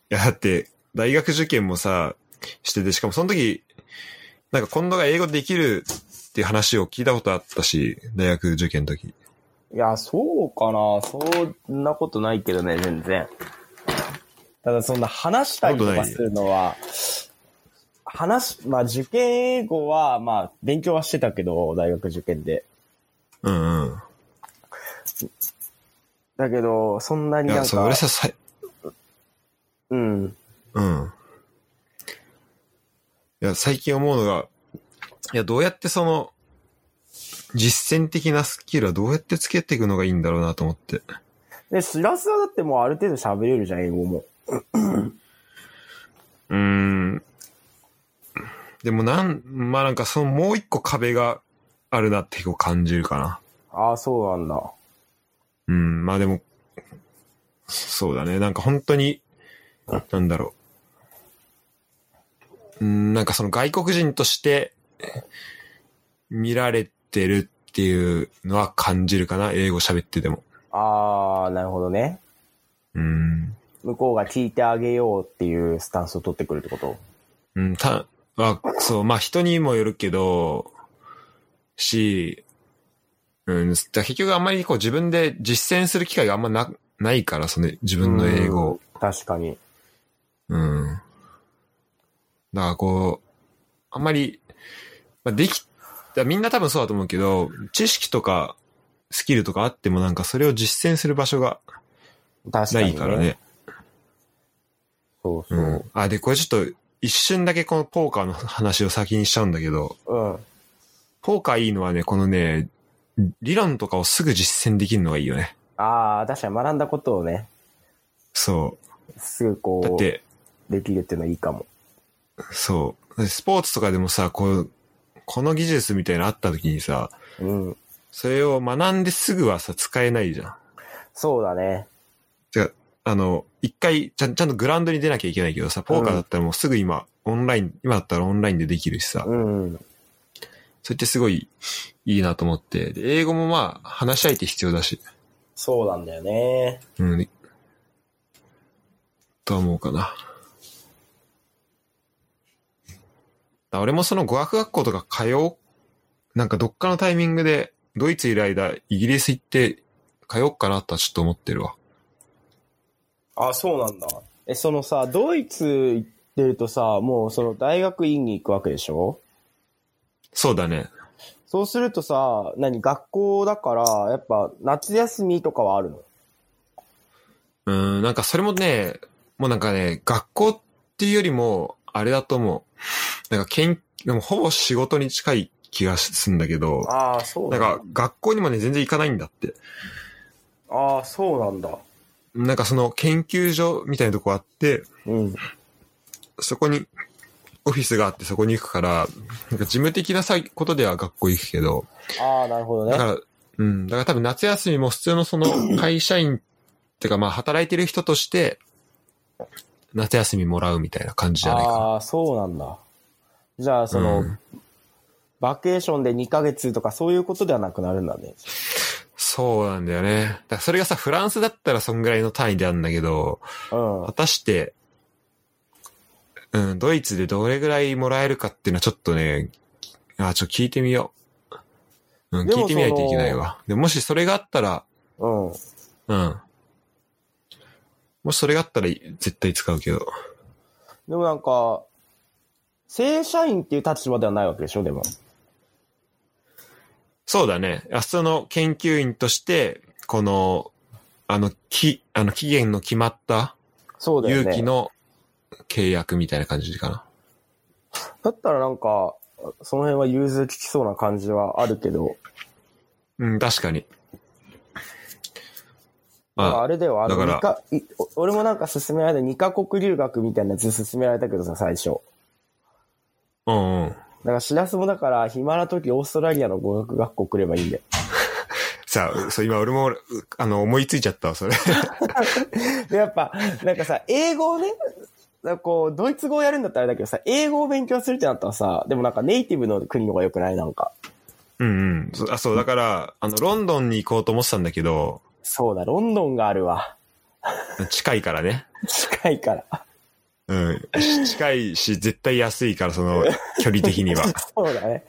S1: いや、だって、大学受験もさ、してて、しかもその時、なんか近藤が英語できるっていう話を聞いたことあったし、大学受験の時。
S2: いや、そうかな。そんなことないけどね、全然。ただ、そんな話したりとかするのは、話し、まあ、受験英語は、まあ、勉強はしてたけど、大学受験で。
S1: うんうん。
S2: だけど、そんなに
S1: い
S2: な
S1: や、
S2: ん
S1: そう、俺
S2: か、
S1: さ、さ
S2: うん。
S1: うん。いや、最近思うのが、いや、どうやってその、実践的なスキルはどうやってつけていくのがいいんだろうなと思って。
S2: で、しらすはだってもうある程度喋れるじゃん、英語も。
S1: うーん。でもなん、まあなんかそのもう一個壁があるなってこう感じるかな。
S2: ああ、そうなんだ。
S1: うん、まあでも、そうだね。なんか本当に、なんだろう。うん、なんかその外国人として見られてるっっていうのは感じるかな、英語喋ってても。
S2: ああ、なるほどね。
S1: うん。
S2: 向こうが聞いてあげようっていうスタンスを取ってくるってこと
S1: うん、た、まあ、そう、まあ人にもよるけど、し、うん、だから結局あんまりこう自分で実践する機会があんまな、ないから、その自分の英語を。
S2: 確かに。
S1: うん。だからこう、あんまり、まあ、でき、だからみんな多分そうだと思うけど、知識とかスキルとかあってもなんかそれを実践する場所が
S2: 確か
S1: な
S2: に、
S1: いからね。
S2: そうそうう。
S1: ん。あ、で、これちょっと一瞬だけこのポーカーの話を先にしちゃうんだけど、
S2: うん。
S1: ポーカーいいのはね、このね、理論とかをすぐ実践できるのがいいよね。
S2: ああ、確かに学んだことをね、
S1: そ
S2: すぐ
S1: う。だっ
S2: こ
S1: て、
S2: う、できるっていうのはいいかも。
S1: そう。スポーツとかでもさ、こう、この技術みたいなのあった時にさ、
S2: うん。
S1: それを学んですぐはさ、使えないじゃん。
S2: そうだね。
S1: あの、一回ちゃん、ちゃんとグラウンドに出なきゃいけないけどさ、ポーカーだったらもうすぐ今、オンライン、今だったらオンラインでできるしさ、
S2: うん。
S1: それってすごいいいなと思って、で英語もまあ、話し相手必要だし、
S2: そうなんだよね。
S1: うん。とは思うかな。だ俺もその語学学校とか通おう。なんかどっかのタイミングで、ドイツいる間、イギリス行って通おうかなとはちょっと思ってるわ。
S2: あ、そうなんだ。え、そのさ、ドイツ行ってるとさ、もうその大学院に行くわけでしょ
S1: そうだね。
S2: そうするとさ、何、学校だから、やっぱ夏休みとかはあるの
S1: うん、なんかそれもね、もうなんかね、学校っていうよりも、あれだと思う。なんか研、でもほぼ仕事に近い気がするんだけど、
S2: ああ、そう
S1: なんか学校にもね、全然行かないんだって。
S2: ああ、そうなんだ。
S1: なんかその研究所みたいなとこあって、
S2: うん。
S1: そこにオフィスがあってそこに行くから、なんか事務的なさことでは学校行くけど、
S2: ああ、なるほど
S1: だか
S2: ね。
S1: ら、うん、だから多分夏休みも普通のその会社員ってかまあ働いてる人として、夏休みもらうみたいな感じじゃないか
S2: ああ、そうなんだ。じゃあ、そ
S1: な。
S2: の、
S1: うん
S2: バケーションで2ヶ月とかそういうことではなくなるんだね。
S1: そうなんだよね。だからそれがさ、フランスだったらそんぐらいの単位であるんだけど、
S2: うん。
S1: 果たして、うん、ドイツでどれぐらいもらえるかっていうのはちょっとね、あ、ちょ、聞いてみよう。うん、
S2: でも
S1: 聞いてみないといけないわ。でももしそれがあったら、
S2: うん。
S1: うん。もしそれがあったらい絶対使うけど。
S2: でもなんか、正社員っていう立場ではないわけでしょ、でも。
S1: そうだね。あその研究員として、この、あの、き、あの、期限の決まった
S2: そうだよね。
S1: 勇気の契約みたいな感じかな。
S2: だったらなんか、その辺は融通利きそうな感じはあるけど、
S1: うん、確かに。
S2: なんか
S1: ま
S2: あ
S1: あ、
S2: れだよ、あの、
S1: だから
S2: 二かいお俺もなんか勧められた2カ国留学みたいなやつ勧められたけどさ、最初。
S1: うんうん。
S2: だから、しらすもだから、暇な時オーストラリアの語学学校来ればいいんだよ。
S1: さあ、そう、今俺も、うあの、思いついちゃったわ、それ。
S2: で、やっぱ、なんかさ、英語をね、なんかこう、ドイツ語をやるんだったらあれだけどさ、英語を勉強するってなったらさ、でもなんかネイティブの国の方が良くないなんか。
S1: うんうん。そあそう、だから、あの、ロンドンに行こうと思ってたんだけど、
S2: そうだ、ロンドンがあるわ。
S1: 近いからね。
S2: 近いから。
S1: うん。近いし、絶対安いから、その、距離的に [LAUGHS] は。
S2: そうだね。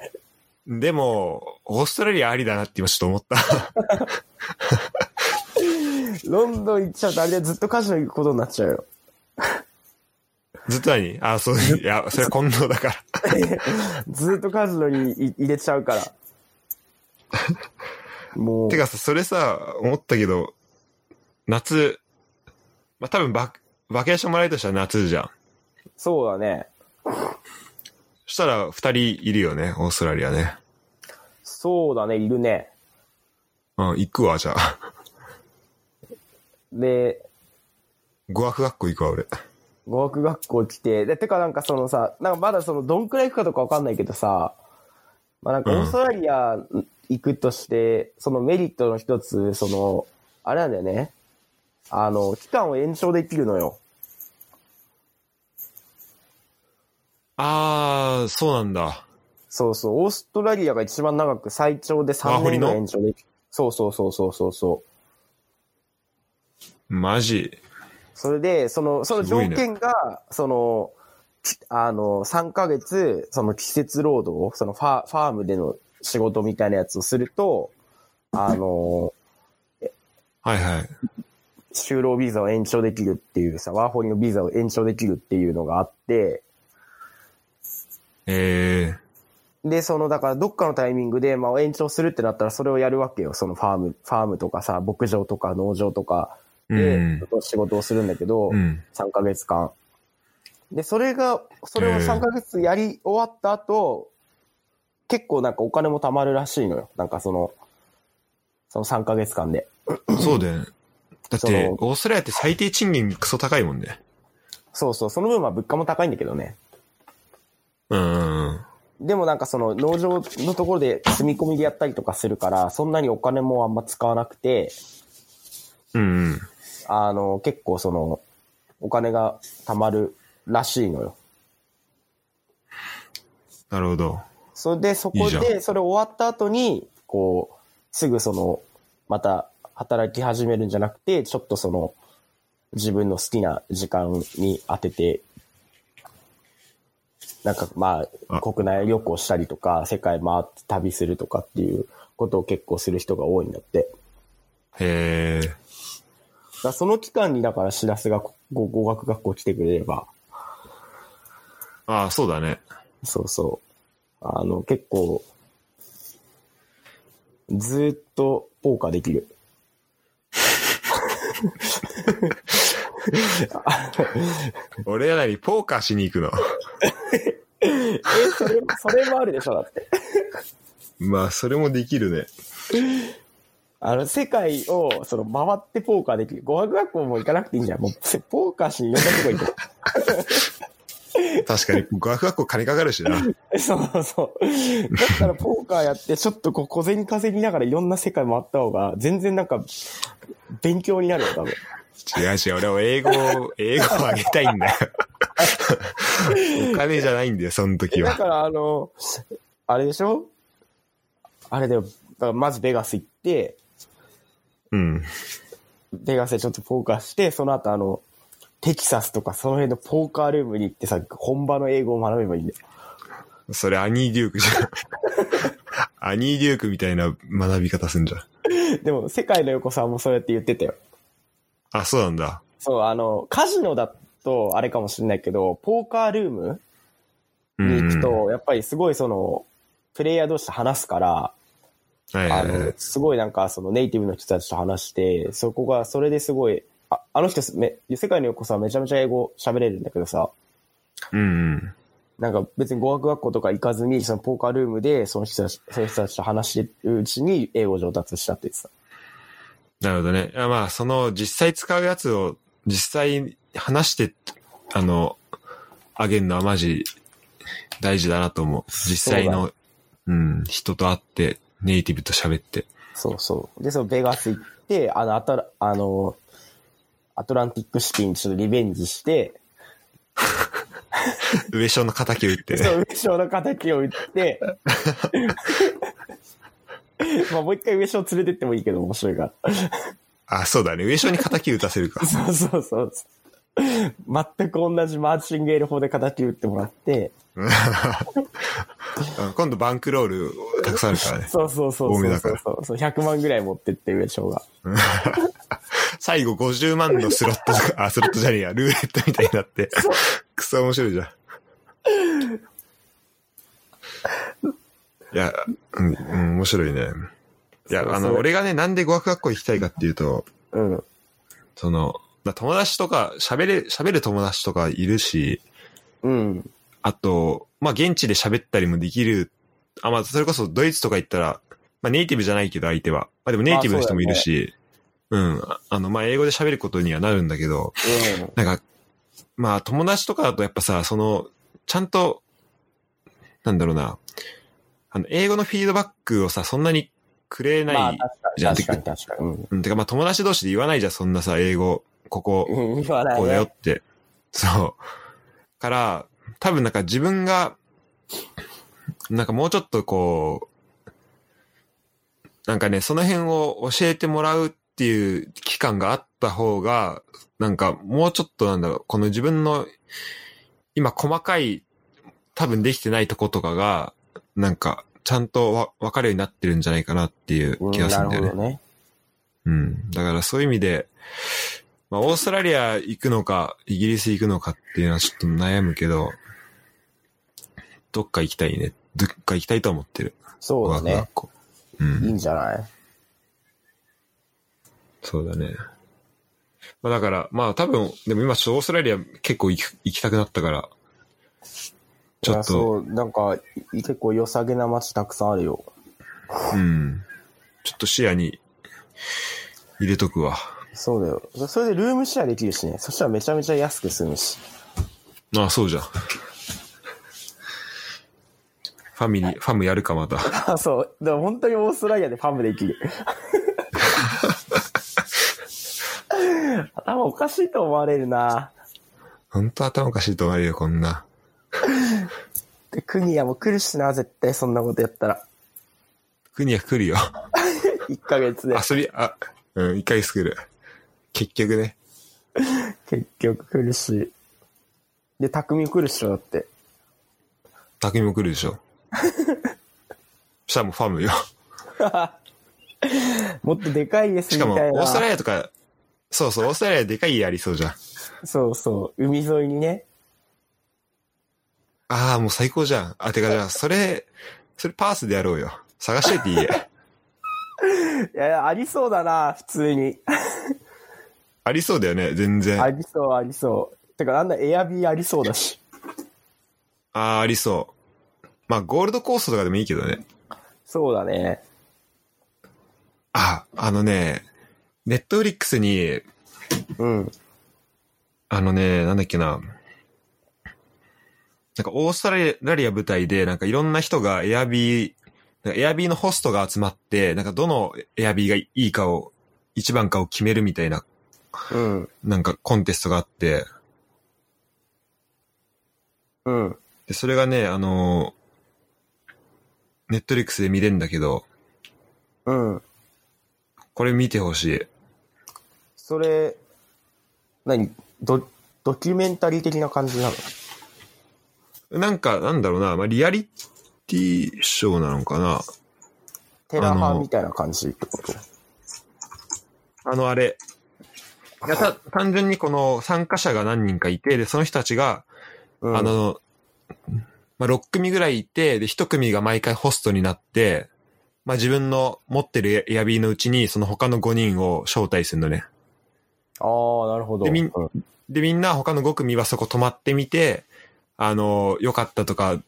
S1: でも、オーストラリアありだなって今ちょっと思った。 [LAUGHS]
S2: ロンドン行っちゃうとあれでずっとカジノ行くことになっちゃうよ。 [LAUGHS]
S1: ずっと何あ、そう、いや、それは近藤だから。 [LAUGHS]
S2: ずっとカジノにい入れちゃうから。もう
S1: て、かさ、それさ、思ったけど、夏、まあ、多分バ、バケーションもらえるとしたら夏じゃん。
S2: そうだね。
S1: そしたら、二人いるよね、オーストラリアね。
S2: そうだね、いるね。
S1: うん、行くわ、じゃあ。
S2: で、
S1: 語学学校行くわ、俺。
S2: 語学学校来て、で、てかなんかそのさ、なんかまだその、どんくらい行くかとかわかんないけどさ、まあなんかオ
S1: うん
S2: ーストラリア行くとして、そのメリットの一つ、その、あれなんだよね。あの、期間を延長できるのよ。
S1: あー、そうなんだ。
S2: そうそう、オーストラリアが一番長く最長で
S1: ワー
S2: 3
S1: ホリ
S2: 年
S1: の
S2: の延長で。そうそうそうそうそうそう。
S1: マジ。
S2: それで、その、その
S1: すご
S2: 条
S1: いね
S2: 件が、その、きあの、3ヶ月、その季節労働を、そのファファームでの仕事みたいなやつをすると、あの、
S1: はいはい。
S2: 就労ビザを延長できるっていうさ、ワーホリのビザを延長できるっていうのがあって、
S1: え
S2: で、その、だから、どっかのタイミングで、まあ、延長するってなったら、それをやるわけよ。その、ファーム、ファームとかさ、牧場とか農場とか
S1: え
S2: で、仕事をするんだけど、
S1: うん。うん。
S2: 3ヶ月間。で、それが、それを
S1: えー
S2: 3ヶ月やり終わった後、結構なんかお金も貯まるらしいのよ。なんかその、その3ヶ月間で。
S1: そう
S2: [CLEARS THROAT]
S1: だよね。だっ
S2: そ
S1: て、
S2: の
S1: オーストラリアって最低賃金クソ高いもんね。
S2: そうそう、その分は物価も高いんだけどね。
S1: うんうんうん。
S2: でもなんかその農場のところで住み込みでやったりとかするから、そんなにお金もあんま使わなくて、
S1: うんうん。
S2: あの、結構その、お金が貯まるらしいのよ。
S1: なるほど。
S2: それで、そ
S1: い
S2: こ
S1: いじゃ
S2: で、それ終わった後に、こう、すぐその、また働き始めるんじゃなくて、ちょっとその、自分の好きな時間に当てて、なんかま
S1: あ
S2: あ、国内旅行したりとか、世界回って旅するとかっていうことを結構する人が多いんだって。
S1: へえ。
S2: だからその期間に、だから、しらすがこ語語学学校来てくれれば、
S1: ああ、そうだね。
S2: そうそう。あの、結構、ずーっと謳歌できる。
S1: 俺らにポーカーしに行くの。 [LAUGHS]
S2: え、それ、それもあるでしょ、だって。
S1: まあ、それもできるね。
S2: あの、世界を、その、回ってポーカーできる。語学学校も行かなくていいんじゃん。もう、せポーカーしにいろんなとこ行こ
S1: 確かに、語学学校金かかるしな。
S2: う。 [LAUGHS] そうそう。だったら、ポーカーやって、ちょっとこう、小銭稼ぎながらいろんな世界回った方が、全然なんか、勉強になるよ、多分。
S1: 違う違う、俺は英語を、英語をあげたいんだよ。 [LAUGHS] お金じゃないんだよ、その時
S2: だ
S1: は。
S2: から、あの、あれでしょあれだよ。だからまずベガス行って、
S1: うん。
S2: ベガスでちょっとポーカーして、その後あの、テキサスとかその辺のポーカールームに行ってさ、本場の英語を学べばいいんだよ。
S1: それ、アニー・デュークじゃん。 [LAUGHS] アニー・デュークみたいな学び方すんじゃん。
S2: でも、世界の横さんもそうやって言ってたよ。
S1: あ、そうなんだ。
S2: そう、あの、カジノだとあれかもしれないけど、ポーカールーム
S1: うん
S2: に
S1: うん
S2: 行くと、やっぱりすごいその、プレイヤー同士と話すから、
S1: はいは
S2: あ
S1: いは
S2: の
S1: い、。
S2: すごいなんかそのネイティブの人たちと話して、そこが、それですごい、ああの人すめ、世界の横さんめちゃめちゃ英語喋れるんだけどさ、
S1: うんうん。
S2: なんか別に語学学校とか行かずに、そのポーカールームで、その人たち、そういう人たちと話してるうちに英語上達したって言ってた。
S1: なるほどね。あまあ、その、実際使うやつを、実際話して、あの、あげるのはマジ大事だなと思う。実際の、うん、人と会って、ネイティブと喋って。
S2: そうそう。で、そのベガス行って、あの、アトラ、あの、アトランティックシティにちょっとリベンジして、
S1: 上昇の敵を打って、
S2: そ
S1: ね。
S2: う、上昇の敵を
S1: [LAUGHS]
S2: 打って、まあもう一回上昇連れてってもいいけど面白いから。
S1: あ、 [LAUGHS] そうだね。上昇に敵打たせる [LAUGHS] か。
S2: そうそうそうそう。全く同じマーチンゲール法で敵打ってもらって、
S1: うん今度バンクロールたくさんあるからね。
S2: そうそうそう
S1: 多めだ
S2: そ
S1: か
S2: うそう
S1: ら
S2: そうそう、100万ぐらい持ってって上昇が。
S1: 最後50万のスロットとか、あ、スロットじゃねえや、ルーレットみたいになって。くそ面白いじゃん。いや、うん、うん、面白いね。いや
S2: そ、う
S1: あの、
S2: それ
S1: 俺がね、なんで語学学校行きたいかっていうと、
S2: うん。
S1: その、だ友達とか、喋れ、喋る友達とかいるし、
S2: うん。
S1: あと、まあ、現地で喋ったりもできる。あ、まあ、それこそドイツとか行ったら、まあ、ネイティブじゃないけど、相手は。まあ、でもネイティブの人もいるし、うん。ああの、まあ、英語で喋ることにはなるんだけど、
S2: うん。
S1: なんか、まあ、友達とかだとやっぱさ、その、ちゃんと、なんだろうな、あの、英語のフィードバックをさ、そんなにくれない。
S2: まあ、確かに確かに確かに。
S1: うん、てか、まあ、友達同士で言わないじゃん、そんなさ、英語、ここ、
S2: うん。言わない
S1: こうだよ
S2: ね
S1: っ。て。そう。から、多分なんか自分が、なんかもうちょっとこう、なんかね、その辺を教えてもらうっていう期間があった方が、なんかもうちょっとなんだろう、この自分の今細かい多分できてないとことかが、なんかちゃんとわ分かるようになってるんじゃないかなっていう気がするんだよね。
S2: ね。
S1: うん。だからそういう意味で、まあ、オーストラリア行くのか、イギリス行くのかっていうのはちょっと悩むけど、どっか行きたいね。どっか行きたいと思ってる。
S2: そう
S1: 語
S2: だ
S1: 学
S2: ね
S1: 学。校う
S2: いい
S1: ん。
S2: んじゃない
S1: そうだね。まあだから、まあ多分、でも今ちょっとオーストラリア結構行き行きたくなったから、ち
S2: い
S1: ょ
S2: や
S1: っと、
S2: そう、なんか、い結構良さげな街たくさんあるよ。
S1: うん。ちょっと視野に入れとくわ。
S2: そうだよ。それでルームシェアできるしね。そしたらめちゃめちゃ安く済むし。
S1: ああ、そうじゃん。ファミリー、ファムやるかまた。
S2: あ、 [LAUGHS] そう。だから本当にオーストラリアでファムで [LAUGHS] きる。頭おかしいと思われるな。
S1: ほんと頭おかしいと思われるよ、こんな。
S2: で、クニアも来るしな、絶対そんなことやったら。
S1: 国は来るよ。
S2: 1ヶ月で。
S1: 遊び、あ、うん、一回作る。結局ね。
S2: 結局来るし。で、匠来るっしょ、だって。
S1: 匠も来るでしょ。そしたらもうファ
S2: [LAUGHS]
S1: ムよ。
S2: もっとでかい家
S1: し
S2: 住
S1: か
S2: み
S1: も、
S2: たい
S1: オーストラ
S2: な。
S1: リアとか、そうそう、オーストラリアでかい家ありそうじゃん。
S2: そうそう。海沿いにね。
S1: ああ、もう最高じゃん。あ、てかじゃあ、それ、それパースでやろうよ。探しといていい
S2: [LAUGHS]
S1: 家。
S2: いや、ありそうだな、普通に。
S1: ありそうだよね、全然。
S2: あ
S1: あ
S2: りそう、ありそう。てか、なんだ、エアビーありそうだし。
S1: あー、ありそう。まあ、ゴールドコーストとかでもいいけどね。
S2: そうだね。
S1: あ、あのね、ネットフリックスに、
S2: うん。
S1: あのね、なんだっけな。なんかオーストラリア舞台で、なんかいろんな人がエアビー、なんかエアビーのホストが集まって、なんかどのエアビーがいいかを、一番かを決めるみたいな、
S2: うん。
S1: なんかコンテストがあって、
S2: うん。
S1: で、それがね、あのネットリックスで見れるんだけど、
S2: うん。
S1: これ見てほしい。
S2: それ、何ド、ドキュメンタリー的な感じなの
S1: なんか、なんだろうな、まあ、リアリティショーなのかな。
S2: テラ
S1: あ
S2: ハ
S1: の
S2: みたいな感じってこと
S1: あの、あれ。いや、た、単純にこの参加者が何人かいて、で、その人たちが、
S2: うん。
S1: あ、の、まあ、6組ぐらいいて、で、1組が毎回ホストになって、まあ、自分の持ってるエアビーのうちに、その他の5人を招待するのね。
S2: ああ、なるほど。
S1: でみん
S2: うん
S1: で、みんな他の5組はそこ泊まってみて、あの、良かったとか、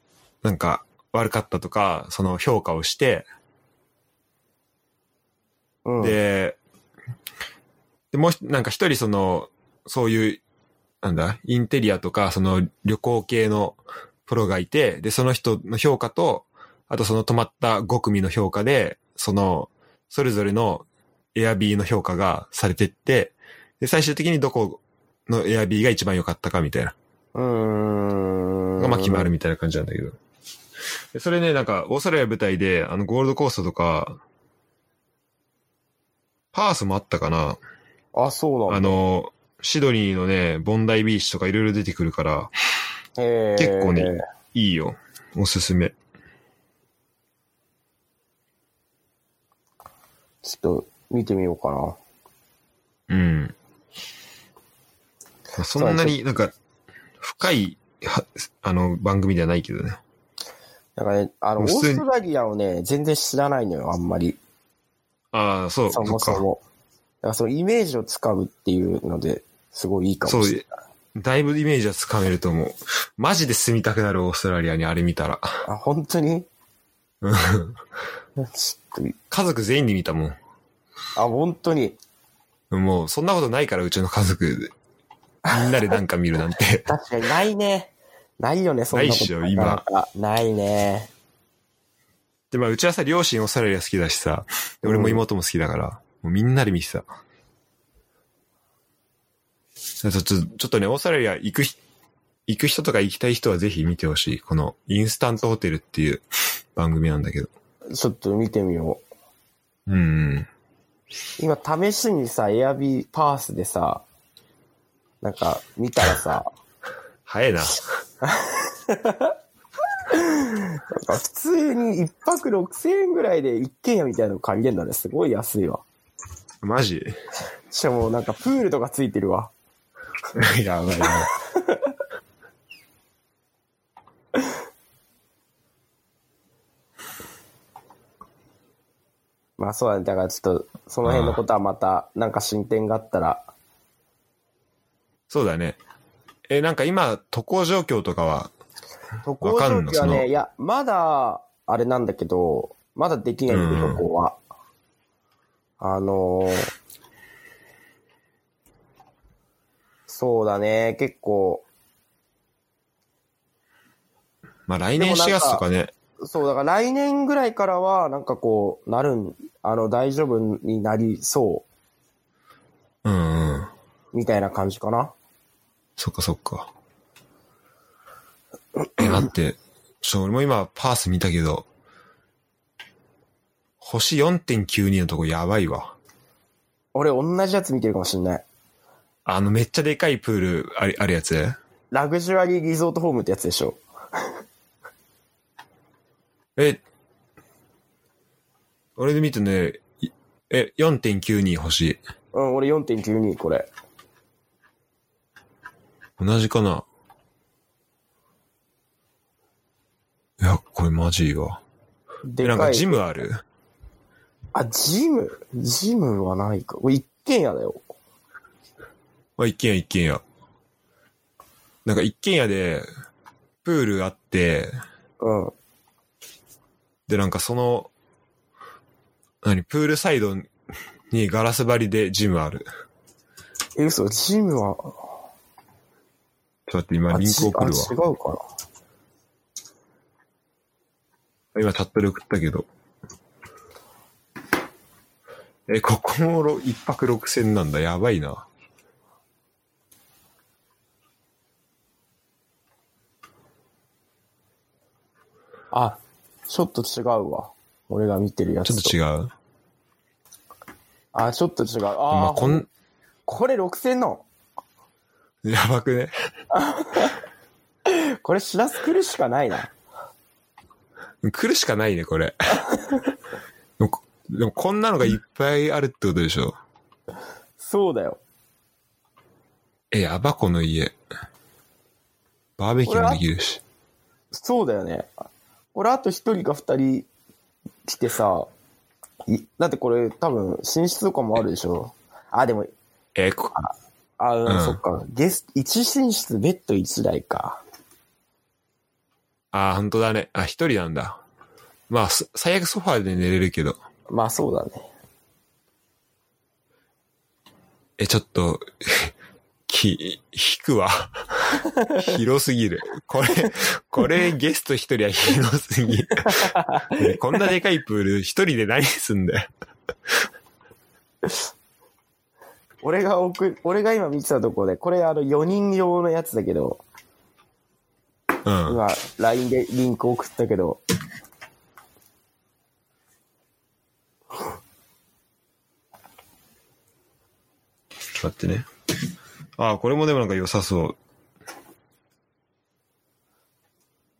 S1: なんか、悪かったとか、その評価をして、
S2: うん、
S1: で、でもうひなんか一人その、そういう、なんだ、インテリアとか、その旅行系のプロがいて、で、その人の評価と、あとその泊まった5組の評価で、その、それぞれのエアビーの評価がされてって、で、最終的にどこのエアビーが一番良かったかみたいな、
S2: うーん。
S1: まあ決まるみたいな感じなんだけど。でそれね、なんか、オーストラリア舞台で、あの、ゴールドコーストとか、パースもあったかな
S2: あ、そうな
S1: あ
S2: んだ。
S1: の、シドニーのね、ボンダイビーチとかいろいろ出てくるから、
S2: へー
S1: 結構ね。いいよ。おすすめ。
S2: ちょっと見てみようかな。
S1: うん。まあそんなになんか、深い、はあの、番組ではないけどね。
S2: なんかね、あの、オー
S1: 普通
S2: ス
S1: に
S2: トラリアをね、全然知らないのよ、あんまり。
S1: ああ、そう、
S2: そもそ
S1: そっ
S2: も。だからそのイメージをつかむっていうので、すごいいいか
S1: か。
S2: も
S1: そ、
S2: しれないう
S1: だいぶイメージはつかめると思う。マジで住みたくなるオーストラリアにあれ見たら。 [LAUGHS]
S2: あ、本当に
S1: うん
S2: ちょっ
S1: 家族全員で見たも
S2: と、あ、本当に。。
S1: ん。もう、そんなことないから、うちの家族。みんなでなんか見るなんて
S2: 確かにないね。ないよね、そんなこと。
S1: ないっしょ
S2: なかなか。ないね。
S1: で、まあ、うちはさ、両親オーストラリア好きだしさ、で俺も妹も好きだから、もうみんなで見てた。ちょっと、ちょっとね、オーストラリア行くひ、行く人とか行きたい人はぜひ見てほしい。この、インスタントホテルっていう、番組なんだけど。
S2: ちょっと見てみよう。
S1: うん。
S2: 今、試しにさ、エアビーパースでさ、なんか、見たらさ、
S1: 早いな。
S2: なんか普通に一泊6000円ぐらいで一軒家みたいなの借りれるんだね。すごい安いわ。
S1: マジ
S2: しかもなんかプールとかついてるわ。
S1: [LAUGHS] やばいな。
S2: まあそうだね。だからちょっと、その辺のことはまた、なんか進展があったら、
S1: そうだね。え、なんか今、渡航状況とかは、
S2: 渡
S1: わ
S2: 航
S1: か
S2: 状
S1: んの
S2: 況は
S1: その
S2: ね、いや、まだ、あれなんだけど、まだできないんで、
S1: うん
S2: 渡航は。あのーそうだね、結構、
S1: まあ来年
S2: でもなん
S1: 4
S2: か
S1: 月とかね。
S2: そう、だから来年ぐらいからは、なんかこう、なるん、あの、大丈夫になりそ
S1: うんうん。
S2: う、みたいな感じかな。
S1: そっかそっか。え、待って。ちょ、俺も今、パース見たけど、星4.92のとこやばいわ。
S2: 俺、同じやつ見てるかもしんない。
S1: あの、めっちゃでかいプールある、あるやつ
S2: ラグジュアリーリゾートホームってやつでしょ。
S1: え、俺で見てね、いえ、4.92星。
S2: うん、俺4.92、これ。
S1: 同じかないや、これマジいいわ。え
S2: で
S1: なん
S2: か
S1: か
S2: い。
S1: ジムある
S2: あ、ジムジムはないか。これ一軒家だよ。
S1: まあ、一軒家一軒家。なんか一軒家で、プールあって、
S2: うん。
S1: で、なんかその、何、プールサイドにガラス張りでジムある。
S2: え、嘘、ジムは、
S1: ちょっと待って今
S2: あ
S1: リンク
S2: ち
S1: 送る
S2: あ違
S1: わ。
S2: うかな。
S1: 今チャットで送ったけど。え、ここもろ一泊六千なんだ。やばいな。
S2: あ、ちょっと違うわ。俺が見てるや
S1: ちょ
S2: つ
S1: っと違う。
S2: あ、ちょっと違う。
S1: ま
S2: あ
S1: あ、こん、
S2: これ6000の。
S1: やばくね。
S2: これしらす来るしかないな。
S1: 来るしかないね、こ
S2: [LAUGHS]
S1: れ。でも、でもこんなのがいっぱいあるってことでしょ。
S2: そうだよ。
S1: え、やば、この家。バーベキューもできるし。
S2: そうだよね。これあと一人か二人来てさ、いだってこれ多分寝室とかもあるでしょ。あ、でも、
S1: え、こ
S2: あ、うん
S1: うん
S2: そっか。ゲス、1寝室、ベッド1台か。
S1: あー、本当だね。あ、一人なんだ。まあ、す最悪ソファーで寝れるけど。
S2: まあそうだね。
S1: え、ちょっと、 [LAUGHS] き、引くわ。広すぎる。これ、これゲスト一人は広すぎる。ねこんなでかいプール一人で何すんだよ。
S2: 俺が送、俺が今見てたとこで、これあの4人用のやつだけど、
S1: うん。
S2: 今 LINE でリンク送ったけど、
S1: ちょっと待ってね。ああ、これもでもなんか良さそう。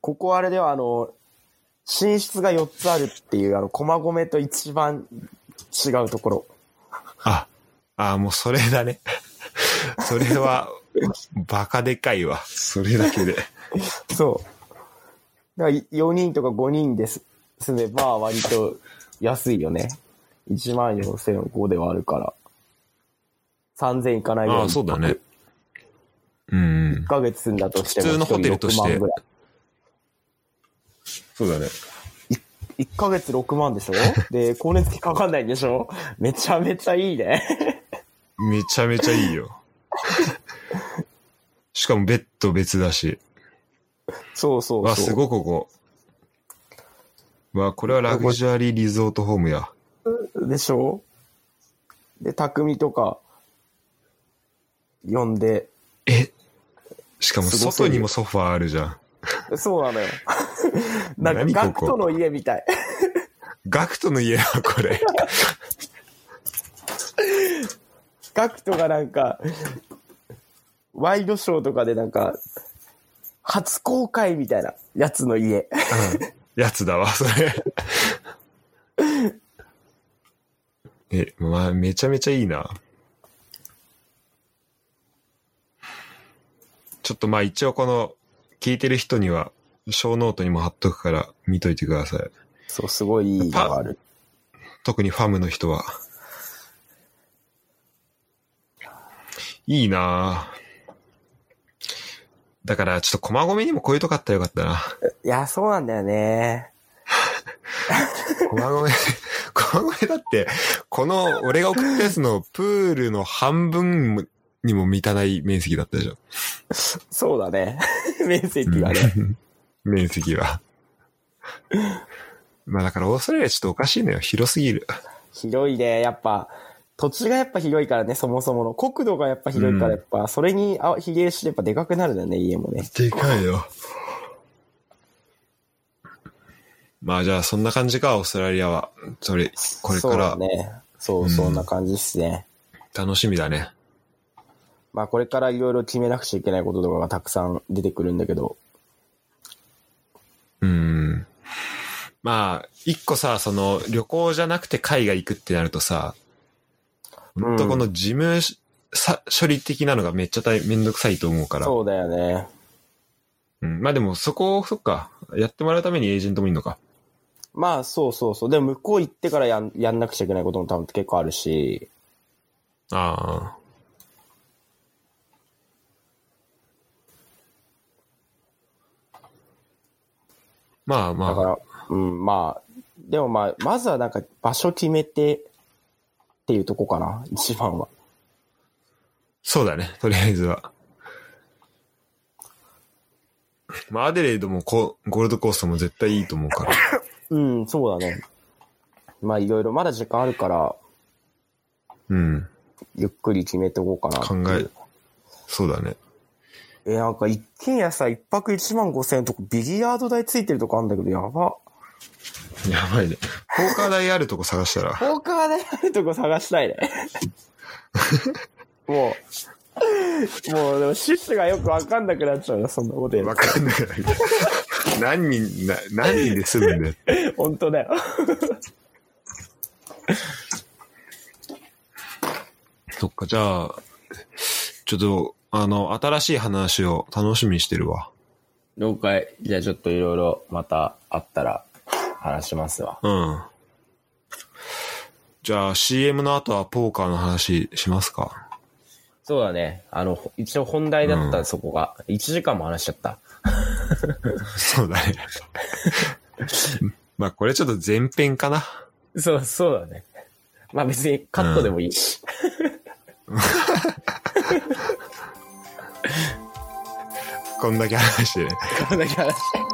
S2: ここあれではあの、寝室が4つあるっていう、あの、駒込と一番違うところ。
S1: あ、ああ、もうそれだね。 [LAUGHS] それは、バカでかいわ。それだけで。
S2: そう。だから4人とか5人です住めば割と安いよね。1万4005ではあるから。3000いかないように
S1: ああ、そうだね。うん
S2: 1。ヶ月住んだとしても。
S1: 普通のホテルとして
S2: 1
S1: そうだね。
S2: ヶ月6万でしょ [LAUGHS] で、光熱費かかんないんでしょめちゃめちゃいいね。
S1: めちゃめちゃいいよ。しかもベッド別だし。
S2: そうそうそう。
S1: わ、すごいここ。わ、これはラグジュアリーリゾートホームや。
S2: でしょで、匠とか、呼んで、
S1: えしかも
S2: すごすぎ
S1: 外
S2: る
S1: にもソファーあるじゃん。
S2: そうなのよ。なん
S1: 何こ
S2: か、
S1: こ
S2: ガクトの家みたい。
S1: ガクトの家はこれ。
S2: ガクトがなんか、ワイドショーとかでなんか、初公開みたいなやつの家。
S1: やつだわ、それ。 [LAUGHS] え、まあ、めちゃめちゃいいな。ちょっとまあ一応この、聞いてる人には、小ノートにも貼っとくから見といてください。
S2: そう、すごいいいのがある。
S1: 特にファムの人は。いいなぁだからちょっと駒込にもこういうとこあったらよかったな。
S2: いや、そうなんだよね。
S1: 駒込、 [LAUGHS] 駒込だって、この、俺が送ったやつのプールの半分にも満たない面積だったでしょ。
S2: そうだね。 [LAUGHS] 面積がね。
S1: [LAUGHS] 面積は。まあだからオーストラリアちょっとおかしいのよ。広すぎる。
S2: 広いね、やっぱ。土地がやっぱ広いからね、そもそもの。国土がやっぱ広いから、やっぱ、それにあ比例してやっぱでかくなるんだよね、家もね。
S1: でかいよ。まあじゃあそんな感じか、オーストラリアは。それ、これか
S2: そ
S1: ら
S2: うね。そう、そんな感じっすね。
S1: 楽しみだね。
S2: まあ、これからいろいろ決めなくちゃいけないこととかがたくさん出てくるんだけど。
S1: うん。まあ、一個さ、その旅行じゃなくて海外行くってなるとさ、
S2: ん
S1: ほんとこの事務しさ処理的なのがめっちゃ大めんどくさいと思うから。
S2: そうだよね。
S1: うん、まあでもそこを、そっか、やってもらうためにエージェントもいいのか。
S2: まあ、そうそうそう。でも、向こう行ってからやんやんなくちゃいけないことも多分結構あるし。
S1: ああ。まあま
S2: だか
S1: あ、
S2: ら、うん、まあ、でもまあ、まずはなんか場所決めてっていうとこかな、一番は。
S1: そうだね、とりあえずは。まあ、アデレードもこうゴールドコーストも絶対いいと思うから。
S2: うん、そうだね。まあ、いろいろ、まだ時間あるから、
S1: うん。
S2: ゆっくり決めておこうかなって
S1: 考
S2: いう
S1: え、そうだね。
S2: え、なんか一軒家さ、一泊一万五千円とか、ビリヤード台ついてるとこあんだけど、やば。
S1: やばいね。ポーカー台あるとこ探したら、
S2: ポーカー台あるとこ探した
S1: [LAUGHS]
S2: いね。もう、もう、でも趣旨がよくわかんなくなっちゃうな、そんなことやる
S1: わ。かんない。何人、な何人で住むんだよ。
S2: 本当だよ。
S1: そっか、じゃあ、ちょっと、あの、新しい話を楽しみにしてるわ。
S2: 了解。じゃあちょっといろいろまたあったら話しますわ。
S1: うん。じゃあ、CM の後はポーカーの話しますか。
S2: そうだね。あの、一応本題だった、
S1: うん
S2: そこが。1時間も話しちゃった。
S1: そうだね。 [LAUGHS] まあ、これちょっと前編かな。
S2: そう、そうだね。まあ別にカットでもいいし。
S1: こんだけ話してね。
S2: [LAUGHS] こんだけ話して